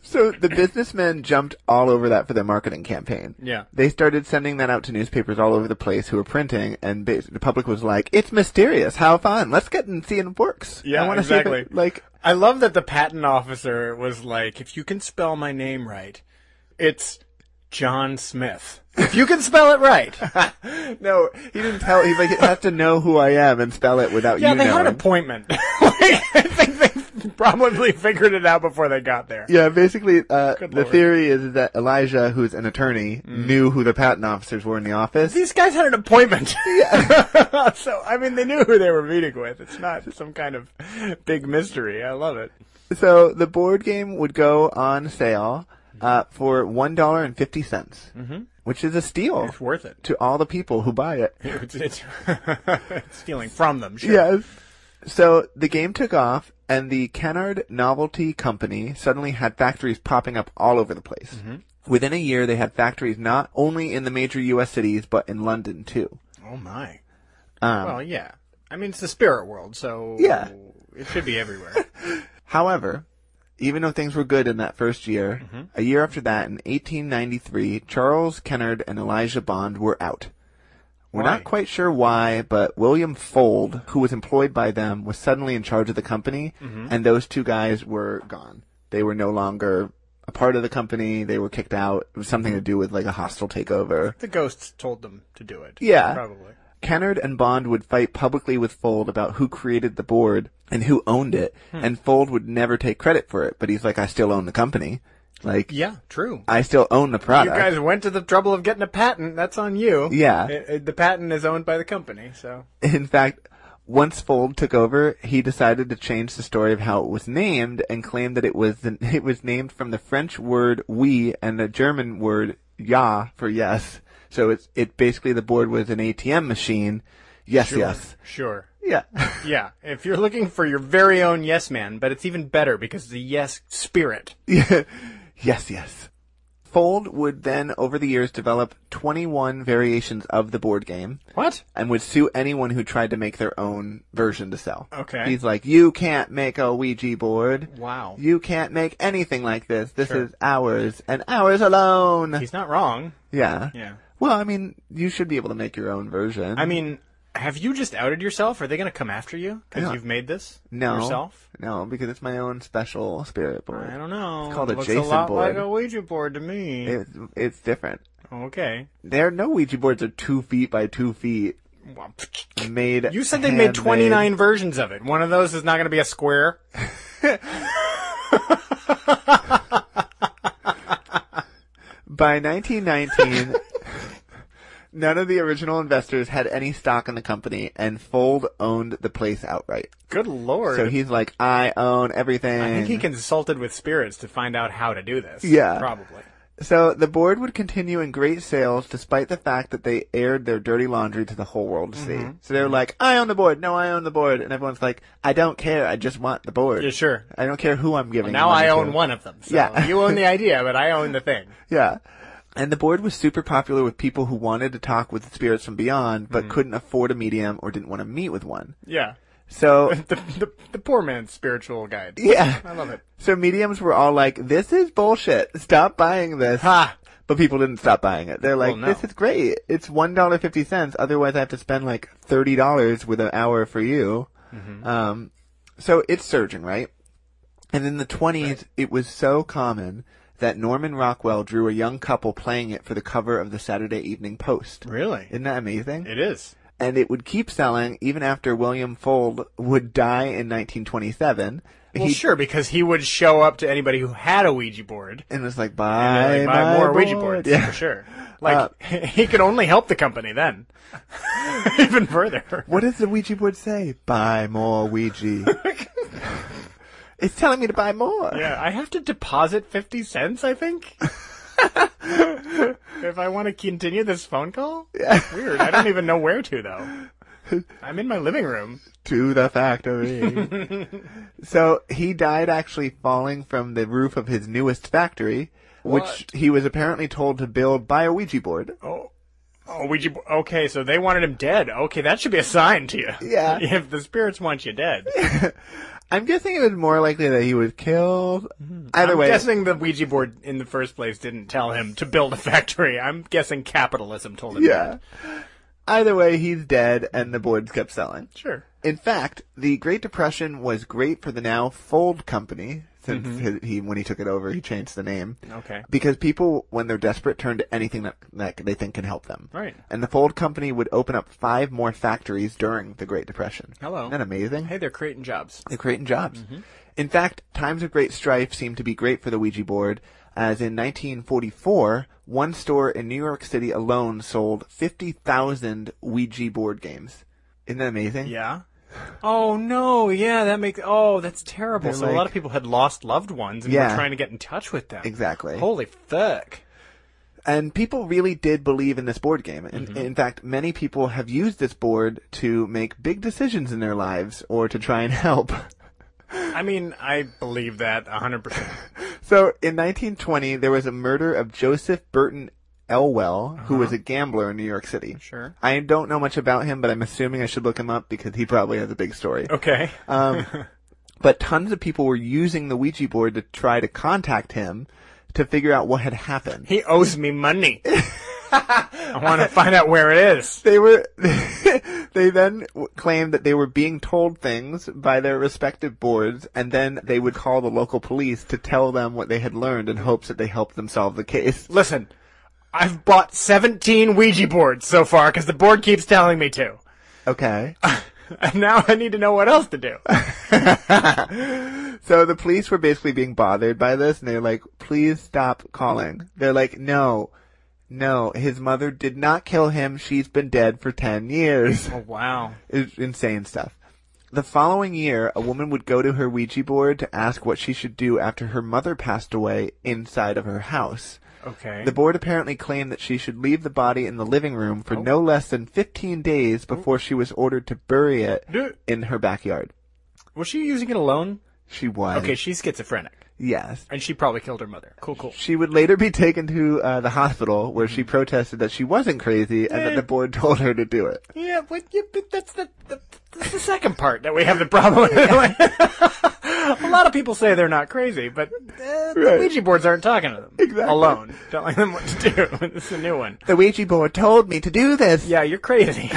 Speaker 2: So the businessmen jumped all over that for their marketing campaign.
Speaker 1: Yeah.
Speaker 2: They started sending that out to newspapers all over the place who were printing, and ba- the public was like, "It's mysterious. How fun! Let's get and see if it works."
Speaker 1: Yeah,
Speaker 2: I wanna See if
Speaker 1: exactly.
Speaker 2: it, like,
Speaker 1: I love that the patent officer was like, if you can spell my name right, it's John Smith. If you can spell it right.
Speaker 2: no, oh, he didn't tell. He's like, "You have to know who I am and spell it without
Speaker 1: yeah,
Speaker 2: you
Speaker 1: they
Speaker 2: knowing."
Speaker 1: had an appointment. Like, I think they probably figured it out before they got there.
Speaker 2: Yeah, basically, uh, the
Speaker 1: lord. Mm.
Speaker 2: theory is that Elijah, who's an attorney, knew who the patent officers were in the office.
Speaker 1: These guys had an appointment. so, I mean, they knew who they were meeting with. It's not some kind of big mystery. I love it.
Speaker 2: So the board game would go on sale
Speaker 1: Mm-hmm.
Speaker 2: uh, for one dollar and fifty cents, which is a steal
Speaker 1: It's worth it.
Speaker 2: to all the people who buy it.
Speaker 1: It's, it's, it's stealing from them, sure.
Speaker 2: Yes. So the game took off, and the Kennard Novelty Company suddenly had factories popping up all over the place.
Speaker 1: Mm-hmm.
Speaker 2: Within a year, they had factories not only in the major U.S. cities but in London too.
Speaker 1: Oh, my.
Speaker 2: Um,
Speaker 1: Well, yeah. I mean, it's the spirit world, so
Speaker 2: Yeah.
Speaker 1: it should be everywhere.
Speaker 2: However, even though things were good in that first year, a year after that, in 1893, Charles Kennard and Elijah Bond were out. We're
Speaker 1: Why?
Speaker 2: not quite sure why, but William Fold, who was employed by them, was suddenly in charge of the company, and those two guys were gone. They were no longer a part of the company. They were kicked out. It was something to do with like a hostile takeover.
Speaker 1: The ghosts told them to do it.
Speaker 2: Yeah.
Speaker 1: Probably.
Speaker 2: Kennard and Bond would fight publicly with Fold about who created the board and who owned it,
Speaker 1: Hmm.
Speaker 2: and Fold would never take credit for it, but he's like, I still own the company. Like,
Speaker 1: Yeah, true.
Speaker 2: I still own the
Speaker 1: You
Speaker 2: product.
Speaker 1: guys went to the trouble of getting a patent. That's on you.
Speaker 2: Yeah.
Speaker 1: It- it- the patent is owned by the company, so.
Speaker 2: In fact, once Fold took over, he decided to change the story of how it was named and claimed that it was it was named from the French word "we" and the German word "ja" for yes. So it's it basically the board was an ATM machine. Yes, yes,
Speaker 1: Sure.
Speaker 2: yeah.
Speaker 1: Yeah. If you're looking for your very own yes man, but it's even better because it's a yes spirit.
Speaker 2: Yeah. yes, yes. Fold would then, over the years, develop 21 variations of the board game
Speaker 1: What?
Speaker 2: and would sue anyone who tried to make their own version to sell.
Speaker 1: Okay.
Speaker 2: He's like, you can't make a Ouija board.
Speaker 1: Wow.
Speaker 2: You can't make anything like this. This
Speaker 1: Sure.
Speaker 2: is ours and ours alone.
Speaker 1: He's not wrong.
Speaker 2: yeah.
Speaker 1: Yeah.
Speaker 2: Well, I mean, you should be able to make your own version.
Speaker 1: I mean, have you just outed yourself? Are they going to come after you because
Speaker 2: Yeah.
Speaker 1: you've made this
Speaker 2: no,
Speaker 1: yourself?
Speaker 2: no, because it's my own special spirit board.
Speaker 1: I don't know.
Speaker 2: It's called a
Speaker 1: Looks
Speaker 2: Jason
Speaker 1: a lot
Speaker 2: board.
Speaker 1: like a Ouija board to me.
Speaker 2: It's, it's different.
Speaker 1: okay.
Speaker 2: There, no Ouija boards are two feet by two feet.
Speaker 1: Well,
Speaker 2: made.
Speaker 1: You said they made
Speaker 2: handmade.
Speaker 1: 29 versions of it. One of those is not going to be a square.
Speaker 2: by 1919. none of the original investors had any stock in the company, and Fold owned the place outright.
Speaker 1: Good lord.
Speaker 2: So he's like, I own everything.
Speaker 1: I think he consulted with spirits to find out how to do this.
Speaker 2: Yeah.
Speaker 1: Probably.
Speaker 2: So the board would continue in great sales despite the fact that they aired their dirty laundry to the whole world to
Speaker 1: Mm-hmm.
Speaker 2: see. So they were like, I own the board. No, I own the board. And everyone's like, I don't care. I just want the board.
Speaker 1: Yeah, sure.
Speaker 2: I don't care who I'm giving.
Speaker 1: Now
Speaker 2: the money
Speaker 1: I own
Speaker 2: to."
Speaker 1: one of them. So
Speaker 2: Yeah.
Speaker 1: you own the idea, but I own the thing.
Speaker 2: Yeah. And the board was super popular with people who wanted to talk with the spirits from beyond,
Speaker 1: Mm.
Speaker 2: but couldn't afford a medium or didn't want to meet with one.
Speaker 1: Yeah.
Speaker 2: So,
Speaker 1: The, the, the poor man's spiritual guide. I
Speaker 2: yeah.
Speaker 1: love it.
Speaker 2: So mediums were all like, this is bullshit. Stop buying this.
Speaker 1: Ha!
Speaker 2: But people didn't stop buying it. They're like,
Speaker 1: Well, no.
Speaker 2: this is great. It's $1.50. Otherwise I have to spend like $30 with an hour for you.
Speaker 1: Mm-hmm.
Speaker 2: Um, so it's surging, right? And in the 20s, it was so common that Norman Rockwell drew a young couple playing it for the cover of the Saturday Evening Post.
Speaker 1: Really?
Speaker 2: Isn't that amazing?
Speaker 1: It is.
Speaker 2: and it would keep selling even after William Fold would die in 1927.
Speaker 1: Well,
Speaker 2: he,
Speaker 1: sure, because he would show up to anybody who had a Ouija board.
Speaker 2: And was like,
Speaker 1: and
Speaker 2: buy,
Speaker 1: they're like, buy more
Speaker 2: board.
Speaker 1: Ouija boards, Uh,
Speaker 2: Yeah.
Speaker 1: for sure. Like, he could only help the company then. Even further.
Speaker 2: What does the Ouija board say? Buy more Ouija. it's telling me to buy more.
Speaker 1: Yeah, I have to deposit 50 cents, I think. if I want to continue this phone call? Weird. I don't even know where to, though. I'm in my living room.
Speaker 2: To the factory. so he died actually falling from the roof of his newest factory, which
Speaker 1: What?
Speaker 2: he was apparently told to build by a Ouija board.
Speaker 1: Oh. Oh, Ouija. bo- Okay, so they wanted him dead. Okay, that should be a sign to you.
Speaker 2: Yeah.
Speaker 1: If the spirits want you dead.
Speaker 2: I'm guessing it was more likely that he was killed. Either
Speaker 1: Hmm. I'm
Speaker 2: way,
Speaker 1: guessing the Ouija board in the first place didn't tell him to build a factory. I'm guessing capitalism told him.
Speaker 2: yeah. Either way, he's dead and the boards kept selling.
Speaker 1: that. Sure.
Speaker 2: In fact, the Great Depression was great for the now Fold Company since his- he when he took it over, he changed the name.
Speaker 1: Mm-hmm. Okay.
Speaker 2: Because people, when they're desperate, turn to anything that, that they think can help them.
Speaker 1: Right.
Speaker 2: And the Fold Company would open up five more factories during the Great Depression.
Speaker 1: Hello.
Speaker 2: Isn't that amazing?
Speaker 1: Hey, Mm-hmm. they're creating jobs.
Speaker 2: They're creating jobs. In fact, times of great strife seem to be great for the Ouija board, as in 1944, one store in New York City alone sold 50,000 Ouija board games. Isn't that amazing?
Speaker 1: Yeah. Oh no, yeah, that makes oh, that's terrible.
Speaker 2: They're
Speaker 1: so a lot
Speaker 2: like-
Speaker 1: of people had lost loved ones and
Speaker 2: Yeah.
Speaker 1: were trying to get in touch with them.
Speaker 2: Exactly.
Speaker 1: Holy fuck.
Speaker 2: And people really did believe in this board game. In, in fact, many people have used this board to make big decisions in their lives or to try and help.
Speaker 1: I mean, I believe that 100%.
Speaker 2: So in 1920, there was a murder of Joseph Burton Elwell, who was a gambler in New York City.
Speaker 1: Sure.
Speaker 2: I don't know much about him, but I'm assuming I should look him up because he probably has a big story.
Speaker 1: Okay.
Speaker 2: Um, but tons of people were using the Ouija board to try to contact him to figure out what had happened.
Speaker 1: He owes me money. I want to find out where it is.
Speaker 2: They were. they then w- claimed that they were being told things by their respective boards, and then they would call the local police to tell them what they had learned in hopes that they helped them solve the case.
Speaker 1: Listen, I've bought 17 Ouija boards so far because the board keeps telling me to.
Speaker 2: Okay.
Speaker 1: And now I need to know what else to do.
Speaker 2: so the police were basically being bothered by this, and they're like, "Please stop calling." They're like, "No, no, his mother did not kill him. She's been dead for ten years."
Speaker 1: Oh, wow.
Speaker 2: It's insane stuff. The following year, a woman would go to her Ouija board to ask what she should do after her mother passed away inside of her house.
Speaker 1: Okay.
Speaker 2: The board apparently claimed that she should leave the body in the living room for
Speaker 1: Oh.
Speaker 2: no less than 15 days before she was ordered to bury it
Speaker 1: Do-
Speaker 2: in her backyard.
Speaker 1: was she using it alone?
Speaker 2: She was.
Speaker 1: Okay, she's schizophrenic.
Speaker 2: Yes.
Speaker 1: And she probably killed her mother. Cool, cool.
Speaker 2: She would later be taken to uh, the hospital where
Speaker 1: Mm-hmm.
Speaker 2: she protested that she wasn't crazy and that the board told her to do it.
Speaker 1: Yeah, but, yeah, but that's the, the that's the second part that we have the problem with. a lot of people say they're not crazy, but uh, the
Speaker 2: Right.
Speaker 1: Ouija boards aren't talking to them
Speaker 2: Exactly.
Speaker 1: alone, telling them what to do. this is a new one.
Speaker 2: The Ouija board told me to do this,
Speaker 1: Yeah, you're crazy.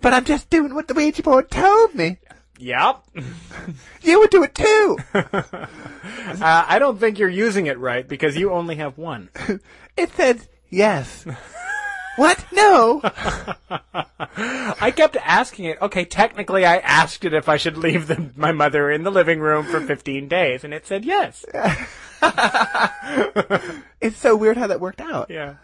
Speaker 2: but I'm just doing what the Ouija board told me.
Speaker 1: yep.
Speaker 2: You would do it too.
Speaker 1: Uh, I don't think you're using it right because you only have one.
Speaker 2: It says yes. what? No.
Speaker 1: I kept asking it. Okay, technically, I asked it if I should leave the, my mother in the living room for 15 days, and it said yes.
Speaker 2: It's so weird how that worked out.
Speaker 1: Yeah.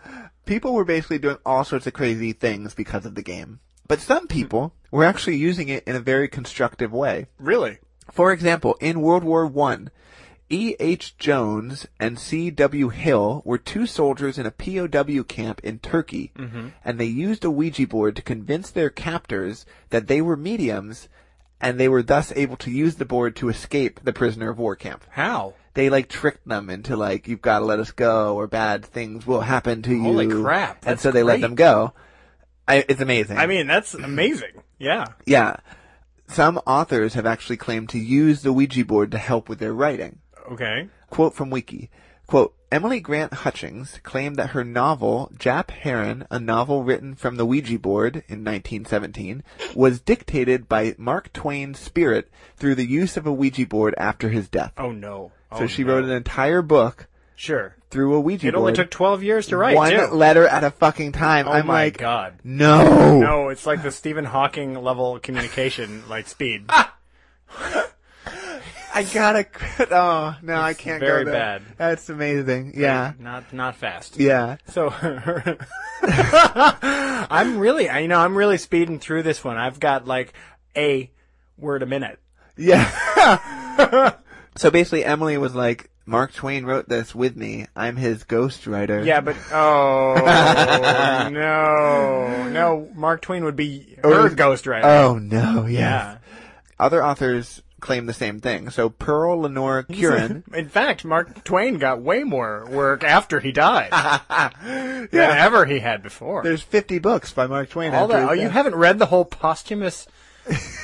Speaker 2: People were basically doing all sorts of crazy things because of the game. But some people were actually using it in a very constructive way.
Speaker 1: Really?
Speaker 2: For example, in World War One, E. H. Jones and C. W. Hill were two soldiers in a POW camp in Turkey,
Speaker 1: Mm-hmm.
Speaker 2: and they used a Ouija board to convince their captors that they were mediums, and they were thus able to use the board to escape the prisoner of war camp.
Speaker 1: How?
Speaker 2: They like tricked them into like, you've got to let us go, or bad things will happen to you.
Speaker 1: Holy crap,
Speaker 2: And
Speaker 1: that's
Speaker 2: so they
Speaker 1: great.
Speaker 2: let them go. I, it's amazing.
Speaker 1: I mean, that's amazing. Yeah.
Speaker 2: Yeah. Some authors have actually claimed to use the Ouija board to help with their writing.
Speaker 1: Okay.
Speaker 2: Quote from Wiki. Quote, Emily Grant Hutchings claimed that her novel, Jap Heron, a novel written from the Ouija board in 1917, was dictated by Mark Twain's spirit through the use of a Ouija board after his death.
Speaker 1: Oh no.
Speaker 2: so she wrote an entire book
Speaker 1: Sure.
Speaker 2: through a Ouija
Speaker 1: It
Speaker 2: board.
Speaker 1: only took 12 years to write.
Speaker 2: one
Speaker 1: too.
Speaker 2: letter at a fucking time.
Speaker 1: oh
Speaker 2: I'm
Speaker 1: my
Speaker 2: like,
Speaker 1: god.
Speaker 2: no.
Speaker 1: No, it's like the Stephen Hawking level communication, like speed.
Speaker 2: I gotta quit. Oh no, I can't.
Speaker 1: very
Speaker 2: go there.
Speaker 1: bad.
Speaker 2: That's amazing. Yeah,
Speaker 1: Not not fast.
Speaker 2: yeah.
Speaker 1: So I'm really, I- you know, I'm really speeding through this one. I've got like a word a minute.
Speaker 2: Yeah. so basically, Emily was like, Mark Twain wrote this with me. I'm his ghostwriter.
Speaker 1: Yeah, but oh no, no, Mark Twain would be her
Speaker 2: Oh,
Speaker 1: ghostwriter.
Speaker 2: Oh no, yes.
Speaker 1: yeah.
Speaker 2: Other authors claim the same thing. So Pearl Lenore Curran.
Speaker 1: In fact, Mark Twain got way more work after he died
Speaker 2: yeah.
Speaker 1: than ever he had before.
Speaker 2: There's 50 books by Mark Twain.
Speaker 1: All
Speaker 2: after
Speaker 1: that.
Speaker 2: his
Speaker 1: Oh, you
Speaker 2: death.
Speaker 1: haven't read the whole posthumous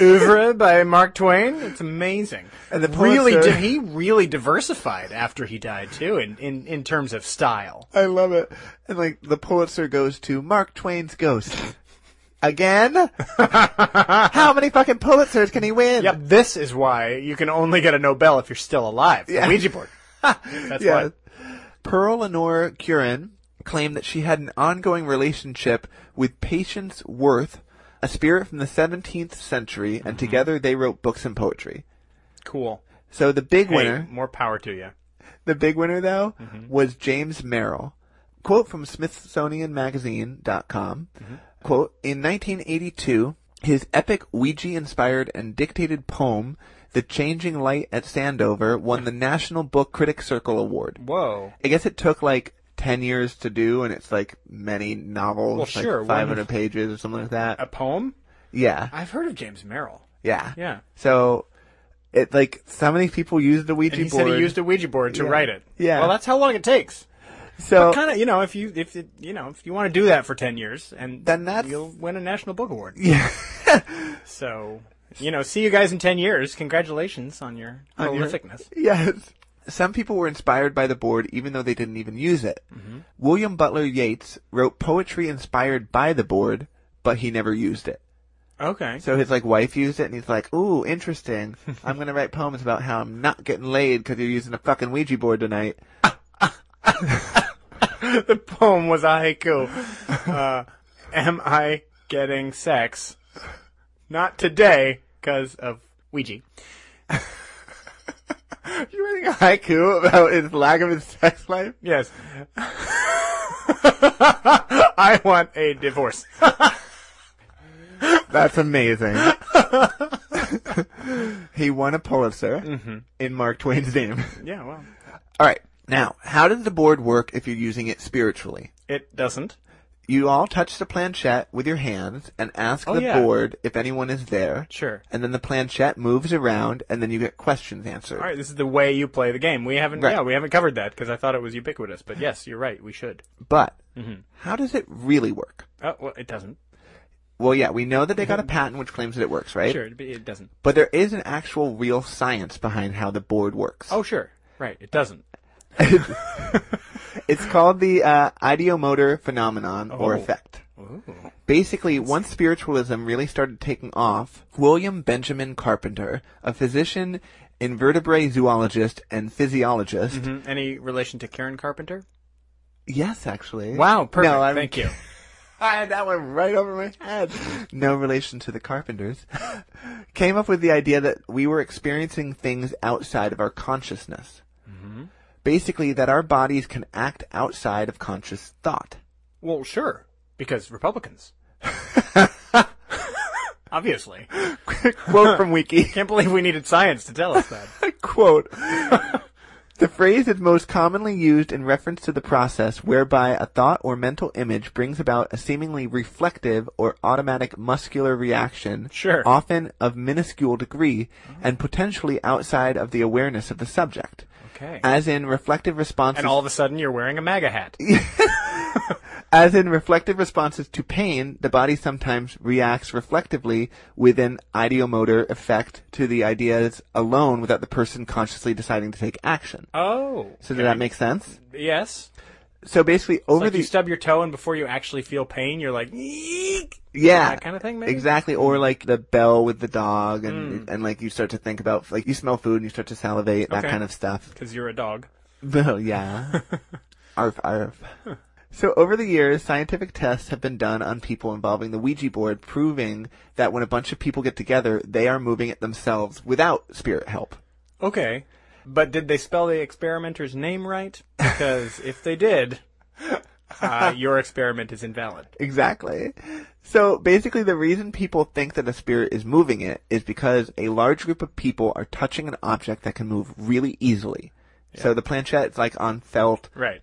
Speaker 1: oeuvre by Mark Twain? It's amazing.
Speaker 2: And the
Speaker 1: really,
Speaker 2: Pulitzer-
Speaker 1: di- he really diversified after he died too, in, in, in terms of style.
Speaker 2: I love it. And like the Pulitzer goes to Mark Twain's ghost. Again? How many fucking Pulitzers can he win?
Speaker 1: Yep, this is why you can only get a Nobel if you're still alive. The
Speaker 2: Yeah.
Speaker 1: Ouija board. That's
Speaker 2: yeah.
Speaker 1: why.
Speaker 2: Pearl Lenore Curran claimed that she had an ongoing relationship with Patience Worth, a spirit from the 17th century,
Speaker 1: Mm-hmm.
Speaker 2: and together they wrote books and poetry.
Speaker 1: Cool.
Speaker 2: So the big
Speaker 1: Hey, Mm-hmm.
Speaker 2: winner,
Speaker 1: more power to you.
Speaker 2: the big winner though, was James Merrill. Quote from SmithsonianMagazine.com.
Speaker 1: Mm-hmm.
Speaker 2: Quote, in 1982, his epic Ouija-inspired and dictated poem, The Changing Light at Sandover, won the National Book Critic Circle Award.
Speaker 1: Whoa.
Speaker 2: I guess it took like ten years to do, and it's like many novels,
Speaker 1: Well,
Speaker 2: like
Speaker 1: sure,
Speaker 2: five
Speaker 1: when-
Speaker 2: hundred pages or something like that.
Speaker 1: A poem?
Speaker 2: yeah,
Speaker 1: I've heard of James Merrill.
Speaker 2: yeah,
Speaker 1: Yeah.
Speaker 2: So it like so many people used the Ouija
Speaker 1: And he
Speaker 2: board.
Speaker 1: said he used a Ouija board to
Speaker 2: Yeah.
Speaker 1: write it.
Speaker 2: Yeah.
Speaker 1: Well, that's how long it takes.
Speaker 2: so
Speaker 1: kind of, you know, if you if it, you know if you want to do that for ten years, and
Speaker 2: Then that's-
Speaker 1: you'll win a national book award.
Speaker 2: yeah,
Speaker 1: So you know, see you guys in ten years. Congratulations on your
Speaker 2: On your-
Speaker 1: prolificness.
Speaker 2: yes. some people were inspired by the board even though they didn't even use it.
Speaker 1: Mm-hmm.
Speaker 2: William Butler Yeats wrote poetry inspired by the board, but he never used it.
Speaker 1: Okay.
Speaker 2: So his like wife used it, and he's like, "Ooh, interesting. I'm gonna write poems about how I'm not getting laid because you're using a fucking Ouija board tonight."
Speaker 1: the poem was a haiku. Uh, am I getting sex? Not today, because of Ouija.
Speaker 2: You're writing a haiku about his lack of his sex life.
Speaker 1: Yes. I want a divorce.
Speaker 2: That's amazing. he won a Pulitzer
Speaker 1: Mm-hmm.
Speaker 2: in Mark Twain's name.
Speaker 1: yeah, well,
Speaker 2: All right. Now, how does the board work if you're using it spiritually?
Speaker 1: it doesn't.
Speaker 2: You all touch the planchette with your hands and ask
Speaker 1: Oh,
Speaker 2: the
Speaker 1: yeah.
Speaker 2: board if anyone is there.
Speaker 1: Sure.
Speaker 2: And then the planchette moves around and then you get questions answered.
Speaker 1: All right, this is the way you play the game. We haven't,
Speaker 2: Right.
Speaker 1: yeah, we haven't covered that because I thought it was ubiquitous. But yes, you're right. We should.
Speaker 2: But
Speaker 1: Mm-hmm.
Speaker 2: how does it really work?
Speaker 1: Oh, well, it doesn't.
Speaker 2: Well, yeah, we know that they got a patent which claims that it works, right?
Speaker 1: Mm-hmm. Sure, it it doesn't.
Speaker 2: But there is an actual real science behind how the board works.
Speaker 1: Oh, sure. Right, it doesn't.
Speaker 2: It's called the uh, ideomotor phenomenon or
Speaker 1: Oh.
Speaker 2: effect.
Speaker 1: Ooh.
Speaker 2: Basically, once spiritualism really started taking off, William Benjamin Carpenter, a physician, invertebrate zoologist, and physiologist.
Speaker 1: Mhm. Any relation to Karen Carpenter?
Speaker 2: Yes, actually.
Speaker 1: Wow, perfect.
Speaker 2: No, I'm-
Speaker 1: Thank you.
Speaker 2: I had that one right over my head. No relation to the Carpenters. Came up with the idea that we were experiencing things outside of our consciousness.
Speaker 1: Mm-hmm.
Speaker 2: Basically, that our bodies can act outside of conscious thought.
Speaker 1: Well, sure, because Republicans. Obviously.
Speaker 2: Quote from Wiki.
Speaker 1: Can't believe we needed science to tell us that.
Speaker 2: Quote. The phrase is most commonly used in reference to the process whereby a thought or mental image brings about a seemingly reflective or automatic muscular reaction,
Speaker 1: Sure.
Speaker 2: often of minuscule degree and potentially outside of the awareness of the subject.
Speaker 1: Okay.
Speaker 2: As in reflective responses
Speaker 1: And all of a sudden, you're wearing a MAGA hat.
Speaker 2: as in reflective responses to pain, the body sometimes reacts reflectively with an ideomotor effect to the ideas alone without the person consciously deciding to take action.
Speaker 1: Oh.
Speaker 2: So did that make sense?
Speaker 1: Yes.
Speaker 2: So basically,
Speaker 1: It's
Speaker 2: over
Speaker 1: like
Speaker 2: the
Speaker 1: you stub your toe, and before you actually feel pain, you're like, "Eek."
Speaker 2: yeah,
Speaker 1: that kind of thing, maybe? Hmm.
Speaker 2: exactly, or like the bell with the dog, and and like you start to think about like you smell food and you start to salivate, that
Speaker 1: Okay.
Speaker 2: kind of stuff.
Speaker 1: because you're a dog.
Speaker 2: Well, yeah. arf, arf. So over the years, scientific tests have been done on people involving the Ouija board, proving that when a bunch of people get together, they are moving it themselves without spirit help.
Speaker 1: Okay. But did they spell the experimenter's name right? Because if they did, uh, your experiment is invalid.
Speaker 2: Exactly. So basically, the reason people think that a spirit is moving it is because a large group of people are touching an object that can move really easily. So the planchette's like on felt,
Speaker 1: Right.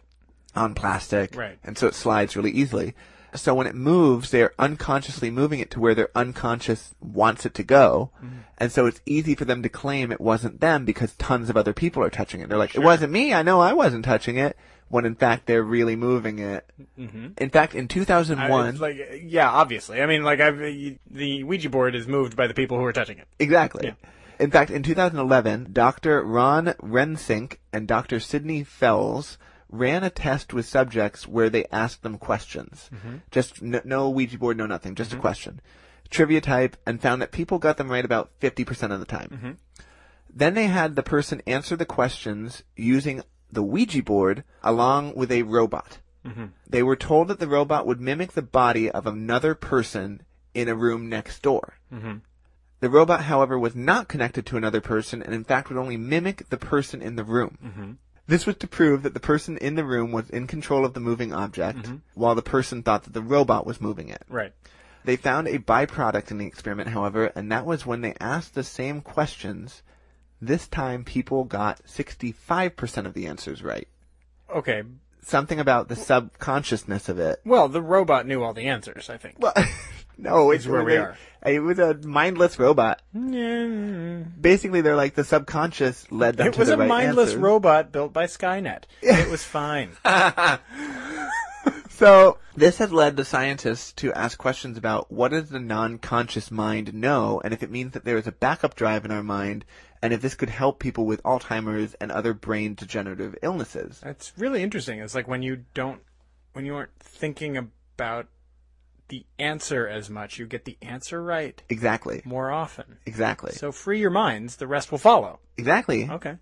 Speaker 2: on plastic,
Speaker 1: Right.
Speaker 2: and so it slides really easily. So when it moves, they're unconsciously moving it to where their unconscious wants it to go,
Speaker 1: Mm-hmm.
Speaker 2: and so it's easy for them to claim it wasn't them because tons of other people are touching it. They're like, "It wasn't me. I know I wasn't touching it," when in fact they're really moving it. In fact, in
Speaker 1: Mm-hmm. I-
Speaker 2: 2001,
Speaker 1: it's like, yeah, obviously. I mean, like, I've, the Ouija board is moved by the people who are touching it.
Speaker 2: Exactly.
Speaker 1: Yeah.
Speaker 2: In fact, in 2011, Dr. Ron Rensink and Dr. Sidney Fells ran a test with subjects where they asked them questions. Just no, no Ouija board, no nothing, just a question. Trivia type, and found that people got them right about 50% of the time. Then they had the person answer the questions using the Ouija board along with a robot. They were told that the robot would mimic the body of another person in a room next door. The robot, however, was not connected to another person and in fact would only mimic the person in the room.
Speaker 1: Mm-hmm.
Speaker 2: This was to prove that the person in the room was in control of the moving object
Speaker 1: Mm-hmm.
Speaker 2: while the person thought that the robot was moving it.
Speaker 1: Right.
Speaker 2: They found a byproduct in the experiment, however, and that was when they asked the same questions. This time people got 65% of the answers right.
Speaker 1: Okay.
Speaker 2: Something about the subconsciousness of it.
Speaker 1: Well, the robot knew all the answers, I think.
Speaker 2: Well, no,
Speaker 1: It's where we
Speaker 2: they-
Speaker 1: are.
Speaker 2: It was a mindless robot.
Speaker 1: Yeah.
Speaker 2: basically they're like the subconscious led them
Speaker 1: It
Speaker 2: to
Speaker 1: was
Speaker 2: the
Speaker 1: a
Speaker 2: right
Speaker 1: mindless
Speaker 2: answers.
Speaker 1: robot built by Skynet. It was fine.
Speaker 2: So this has led the scientists to ask questions about what does the non-conscious mind know, and if it means that there is a backup drive in our mind, and if this could help people with Alzheimer's and other brain degenerative illnesses.
Speaker 1: That's really interesting. It's like when you don't, when you aren't thinking about the answer as much, you get the answer right
Speaker 2: Exactly.
Speaker 1: more often.
Speaker 2: Exactly.
Speaker 1: So free your minds, the rest will follow.
Speaker 2: exactly.
Speaker 1: Okay.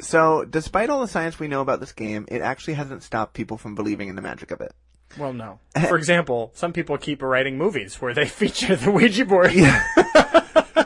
Speaker 2: So despite all the science we know about this game, it actually hasn't stopped people from believing in the magic of it.
Speaker 1: Well, no. For example, some people keep writing movies where they feature the Ouija board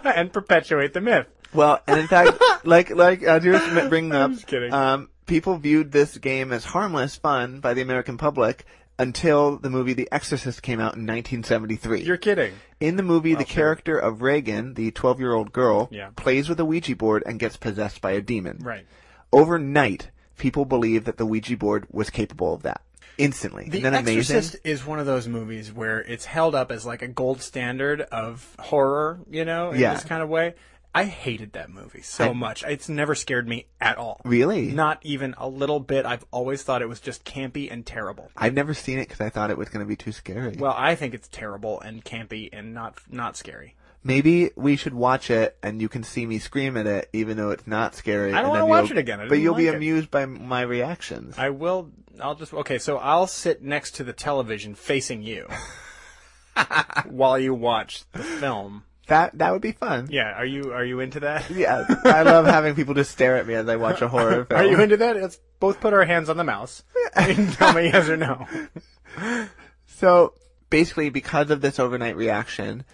Speaker 1: and perpetuate the myth.
Speaker 2: Well, and in fact, like like uh, as you were bringing up,
Speaker 1: just kidding.
Speaker 2: Um, people viewed this game as harmless fun by the American public until the movie The Exorcist came out in 1973.
Speaker 1: You're kidding.
Speaker 2: in the movie, the character of Reagan, the 12-year-old girl,
Speaker 1: Yeah.
Speaker 2: plays with a Ouija board and gets possessed by a demon.
Speaker 1: Right.
Speaker 2: Overnight, people believe that the Ouija board was capable of that instantly.
Speaker 1: The
Speaker 2: Isn't that amazing?
Speaker 1: Exorcist is one of those movies where it's held up as like a gold standard of horror, you know, in
Speaker 2: Yeah.
Speaker 1: this kind of way. I hated that movie so much. It's never scared me at all.
Speaker 2: Really?
Speaker 1: Not even a little bit. I've always thought it was just campy and terrible.
Speaker 2: I've never seen it because I thought it was going to be too scary.
Speaker 1: Well, I think it's terrible and campy and not not scary.
Speaker 2: Maybe we should watch it, and you can see me scream at it, even though it's not scary.
Speaker 1: I don't
Speaker 2: and then
Speaker 1: wanna watch
Speaker 2: you'll-
Speaker 1: it again. I
Speaker 2: but
Speaker 1: didn't
Speaker 2: you'll be
Speaker 1: like it.
Speaker 2: amused by my reactions.
Speaker 1: I will. I'll just. Okay, so I'll sit next to the television facing you while you watch the film.
Speaker 2: that that would be fun.
Speaker 1: Yeah, are you are you into that?
Speaker 2: Yeah, I love having people just stare at me as I watch a horror film.
Speaker 1: Are you into that? Let's both put our hands on the mouse and tell me yes or no.
Speaker 2: so basically, because of this overnight reaction,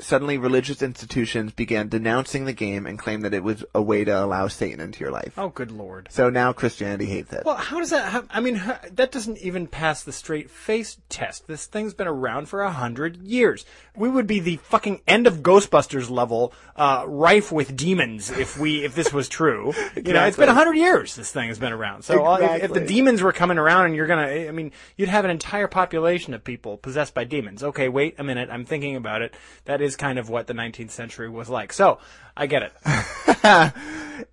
Speaker 2: suddenly religious institutions began denouncing the game and claimed that it was a way to allow Satan into your life.
Speaker 1: Oh, good lord.
Speaker 2: So now Christianity hates it.
Speaker 1: Well, how does that? How, I mean, how, that doesn't even pass the straight face test. This thing's been around for a hundred years. We would be the fucking end of Ghostbusters level, uh, rife with demons if we if this was true. You know, it's been a hundred years. This thing has been around. So all- if, if the
Speaker 2: Exactly.
Speaker 1: demons were coming around, and you're gonna, I mean, you'd have an entire population of people possessed by demons. Okay, wait a minute. I'm thinking about it. That is kind of what the 19th century was like. So I get it.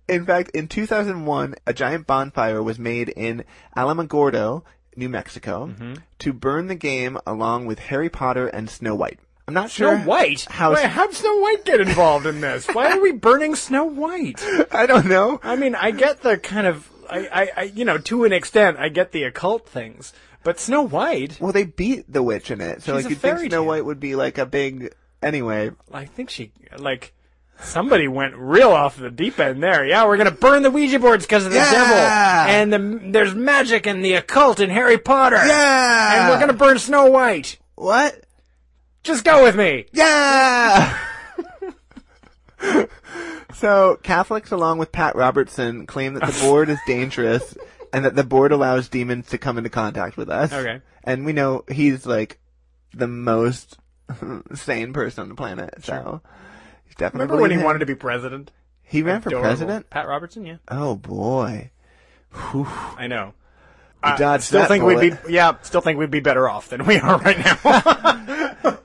Speaker 2: in fact, in 2001, a giant bonfire was made in Alamogordo, New Mexico,
Speaker 1: Mm-hmm.
Speaker 2: to burn the game along with Harry Potter and Snow White. I'm not
Speaker 1: Snow
Speaker 2: sure
Speaker 1: White?
Speaker 2: how.
Speaker 1: Wait, how'd Snow White get involved in this? Why are we burning Snow White?
Speaker 2: I don't know.
Speaker 1: I mean, I get the kind of, I, I, I, you know, to an extent, I get the occult things, but Snow White,
Speaker 2: Well, they beat the witch in it, so
Speaker 1: She's a
Speaker 2: like you'd think
Speaker 1: fairy
Speaker 2: Snow
Speaker 1: tale.
Speaker 2: White would be like a big. Anyway,
Speaker 1: I think she, like, somebody went real off the deep end there. Yeah, we're gonna burn the Ouija boards because of the
Speaker 2: Yeah!
Speaker 1: devil, and the, there's magic and the occult in Harry Potter.
Speaker 2: Yeah!
Speaker 1: and we're gonna burn Snow White.
Speaker 2: Ah, what?
Speaker 1: Just go with me.
Speaker 2: Yeah. so Catholics, along with Pat Robertson, claim that the board is dangerous and that the board allows demons to come into contact with us.
Speaker 1: Okay.
Speaker 2: And we know he's like the most sane person on the planet. So he's definitely.
Speaker 1: Remember when he
Speaker 2: believing-
Speaker 1: wanted to be president?
Speaker 2: He ran for
Speaker 1: Adorable.
Speaker 2: president.
Speaker 1: Pat Robertson, yeah.
Speaker 2: Oh boy.
Speaker 1: I know.
Speaker 2: We dodged
Speaker 1: still
Speaker 2: that
Speaker 1: think we'd
Speaker 2: bullet.
Speaker 1: be yeah, still think we'd be better off than we are right now.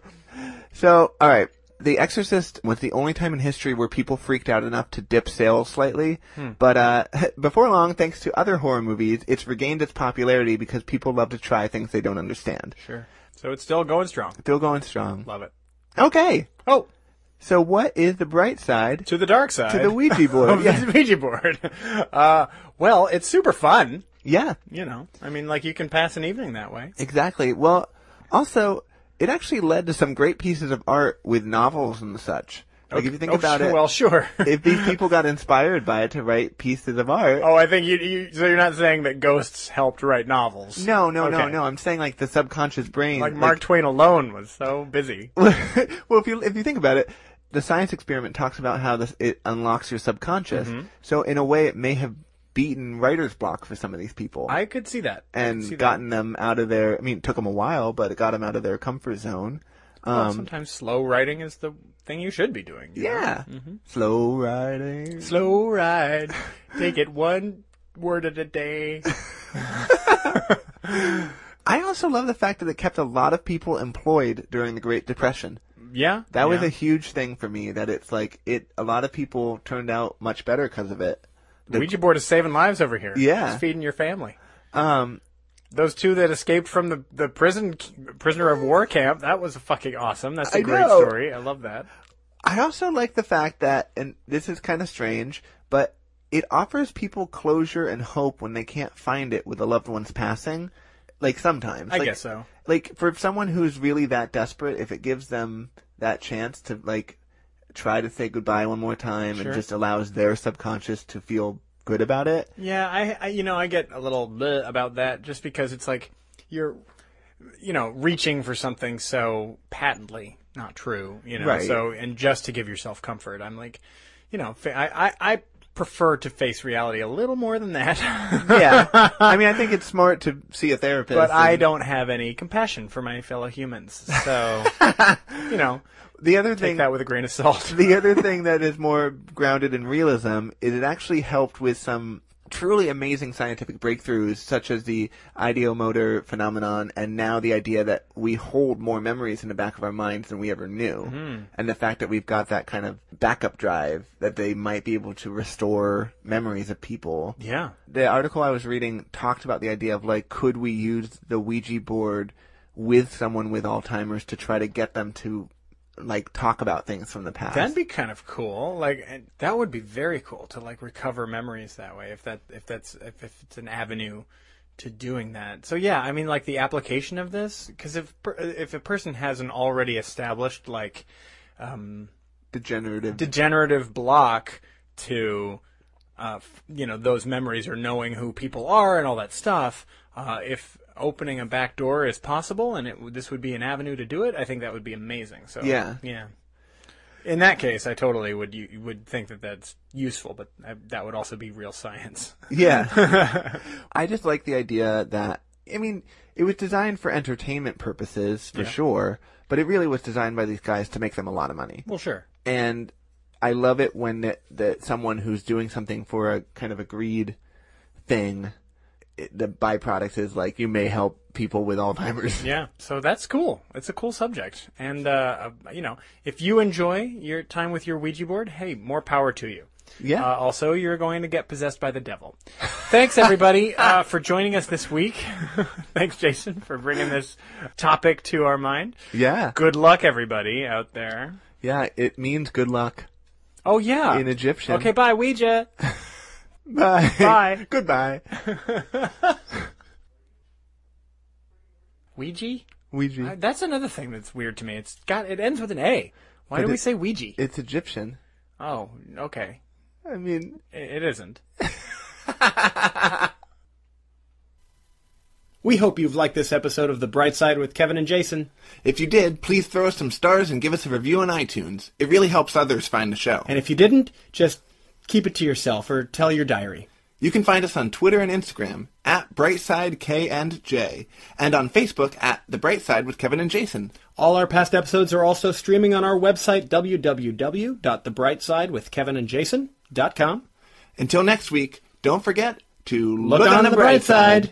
Speaker 2: So all right. The Exorcist was the only time in history where people freaked out enough to dip sales slightly.
Speaker 1: Hmm.
Speaker 2: But uh, before long, thanks to other horror movies, it's regained its popularity because people love to try things they don't understand.
Speaker 1: sure. So it's still going strong.
Speaker 2: Still going strong.
Speaker 1: Love it.
Speaker 2: Okay.
Speaker 1: Oh,
Speaker 2: So what is the bright side
Speaker 1: to the dark side.
Speaker 2: to the Ouija board?
Speaker 1: of
Speaker 2: yeah.
Speaker 1: the Ouija board. Uh, well, it's super fun.
Speaker 2: yeah,
Speaker 1: You know, I mean, like you can pass an evening that way.
Speaker 2: exactly. Well, also, it actually led to some great pieces of art with novels and such. Like if you think
Speaker 1: Oh,
Speaker 2: about
Speaker 1: sure,
Speaker 2: it,
Speaker 1: well, sure.
Speaker 2: if these people got inspired by it to write pieces of art,
Speaker 1: oh, I think you, you. So you're not saying that ghosts helped write novels?
Speaker 2: No, no, no,
Speaker 1: Okay.
Speaker 2: no. I'm saying like the subconscious brain.
Speaker 1: Like Mark Twain alone was so busy.
Speaker 2: like- well, if you if you think about it, the science experiment talks about how this it unlocks your subconscious.
Speaker 1: Mm-hmm.
Speaker 2: So in a way, it may have beaten writer's block for some of these people
Speaker 1: I could see that. I could see
Speaker 2: and
Speaker 1: that.
Speaker 2: gotten them out of their. I mean, it took them a while, but it got them out of their comfort zone.
Speaker 1: Well, sometimes slow writing is the thing you should be doing. you know?
Speaker 2: um, Yeah,
Speaker 1: Mm-hmm.
Speaker 2: slow riding.
Speaker 1: Slow ride. Take it one word at a day.
Speaker 2: I also love the fact that it kept a lot of people employed during the Great Depression.
Speaker 1: Yeah.
Speaker 2: That was a huge thing for me. That it's like it. A lot of people turned out much better because of it.
Speaker 1: Ouija board is saving lives over here.
Speaker 2: Yeah.
Speaker 1: It's feeding your family.
Speaker 2: Um,
Speaker 1: those two that escaped from the the prison prisoner of war camp. That was fucking awesome. That's a
Speaker 2: I
Speaker 1: great
Speaker 2: know.
Speaker 1: story. I love that.
Speaker 2: I also like the fact that, and this is kind of strange, but it offers people closure and hope when they can't find it with a loved one's passing. Like sometimes,
Speaker 1: I
Speaker 2: Like-
Speaker 1: guess so.
Speaker 2: Like for someone who's really that desperate, if it gives them that chance to like try to say goodbye one more time,
Speaker 1: Sure.
Speaker 2: and just allows their subconscious to feel good about it.
Speaker 1: Yeah, I, I you know I get a little bleh about that just because it's like you're you know reaching for something so patently not true, you know.
Speaker 2: Right.
Speaker 1: So and just to give yourself comfort, I'm like, you know, fa- I I, I prefer to face reality a little more than that.
Speaker 2: Yeah, I mean, I think it's smart to see a therapist.
Speaker 1: but I
Speaker 2: and-
Speaker 1: don't have any compassion for my fellow humans, so you know,
Speaker 2: The other
Speaker 1: take
Speaker 2: thing
Speaker 1: that with a grain of salt.
Speaker 2: the other thing that is more grounded in realism is it actually helped with some truly amazing scientific breakthroughs such as the ideomotor phenomenon and now the idea that we hold more memories in the back of our minds than we ever knew
Speaker 1: Mm-hmm.
Speaker 2: and the fact that we've got that kind of backup drive that they might be able to restore memories of people
Speaker 1: yeah.
Speaker 2: the article I was reading talked about the idea of like, could we use the Ouija board with someone with Alzheimer's to try to get them to like talk about things from the past?
Speaker 1: That'd be kind of cool. Like and that would be very cool to like recover memories that way. If that if that's if, if it's an avenue to doing that. So yeah, I mean like the application of this because if per- if a person has an already established like um,
Speaker 2: degenerative.
Speaker 1: degenerative block to uh, f- you know those memories or knowing who people are and all that stuff, uh, if opening a back door is possible and it, w- this would be an avenue to do it, I think that would be amazing. So
Speaker 2: Yeah.
Speaker 1: yeah. In that case, I totally would you would think that that's useful, but I, that would also be real science.
Speaker 2: yeah. I just like the idea that I mean, it was designed for entertainment purposes for sure, but it really was designed by these guys to make them a lot of money.
Speaker 1: well, sure.
Speaker 2: and I love it when that, that someone who's doing something for a kind of agreed thing, it, the byproduct is like you may help people with Alzheimer's.
Speaker 1: Yeah, so that's cool. It's a cool subject, and uh, uh, you know, if you enjoy your time with your Ouija board, hey, more power to you.
Speaker 2: Yeah.
Speaker 1: Uh, also, you're going to get possessed by the devil. Thanks everybody uh, for joining us this week. Thanks, Jason, for bringing this topic to our mind.
Speaker 2: yeah,
Speaker 1: Good luck, everybody out there.
Speaker 2: yeah. It means good luck
Speaker 1: Oh yeah.
Speaker 2: in Egyptian.
Speaker 1: okay, bye, Ouija.
Speaker 2: bye.
Speaker 1: Bye.
Speaker 2: Goodbye.
Speaker 1: Ouija.
Speaker 2: Ouija.
Speaker 1: Uh, That's another thing that's weird to me. It's got it ends with an A. Why do
Speaker 2: it-
Speaker 1: we say Ouija?
Speaker 2: It's Egyptian.
Speaker 1: oh, okay.
Speaker 2: I mean,
Speaker 1: I- It isn't.
Speaker 3: We hope you've liked this episode of The Bright Side with Kevin and Jason.
Speaker 2: if you did, please throw us some stars and give us a review on iTunes. It really helps others find the show.
Speaker 3: And if you didn't, just keep it to yourself or tell your diary.
Speaker 2: You can find us on Twitter and Instagram at Brightside K and J, and on Facebook at The Bright Side with Kevin and Jason.
Speaker 3: All our past episodes are also streaming on our website, www.thebrightsidewithkevinandjason.com.
Speaker 2: Until next week, don't forget to
Speaker 3: Look on the bright side.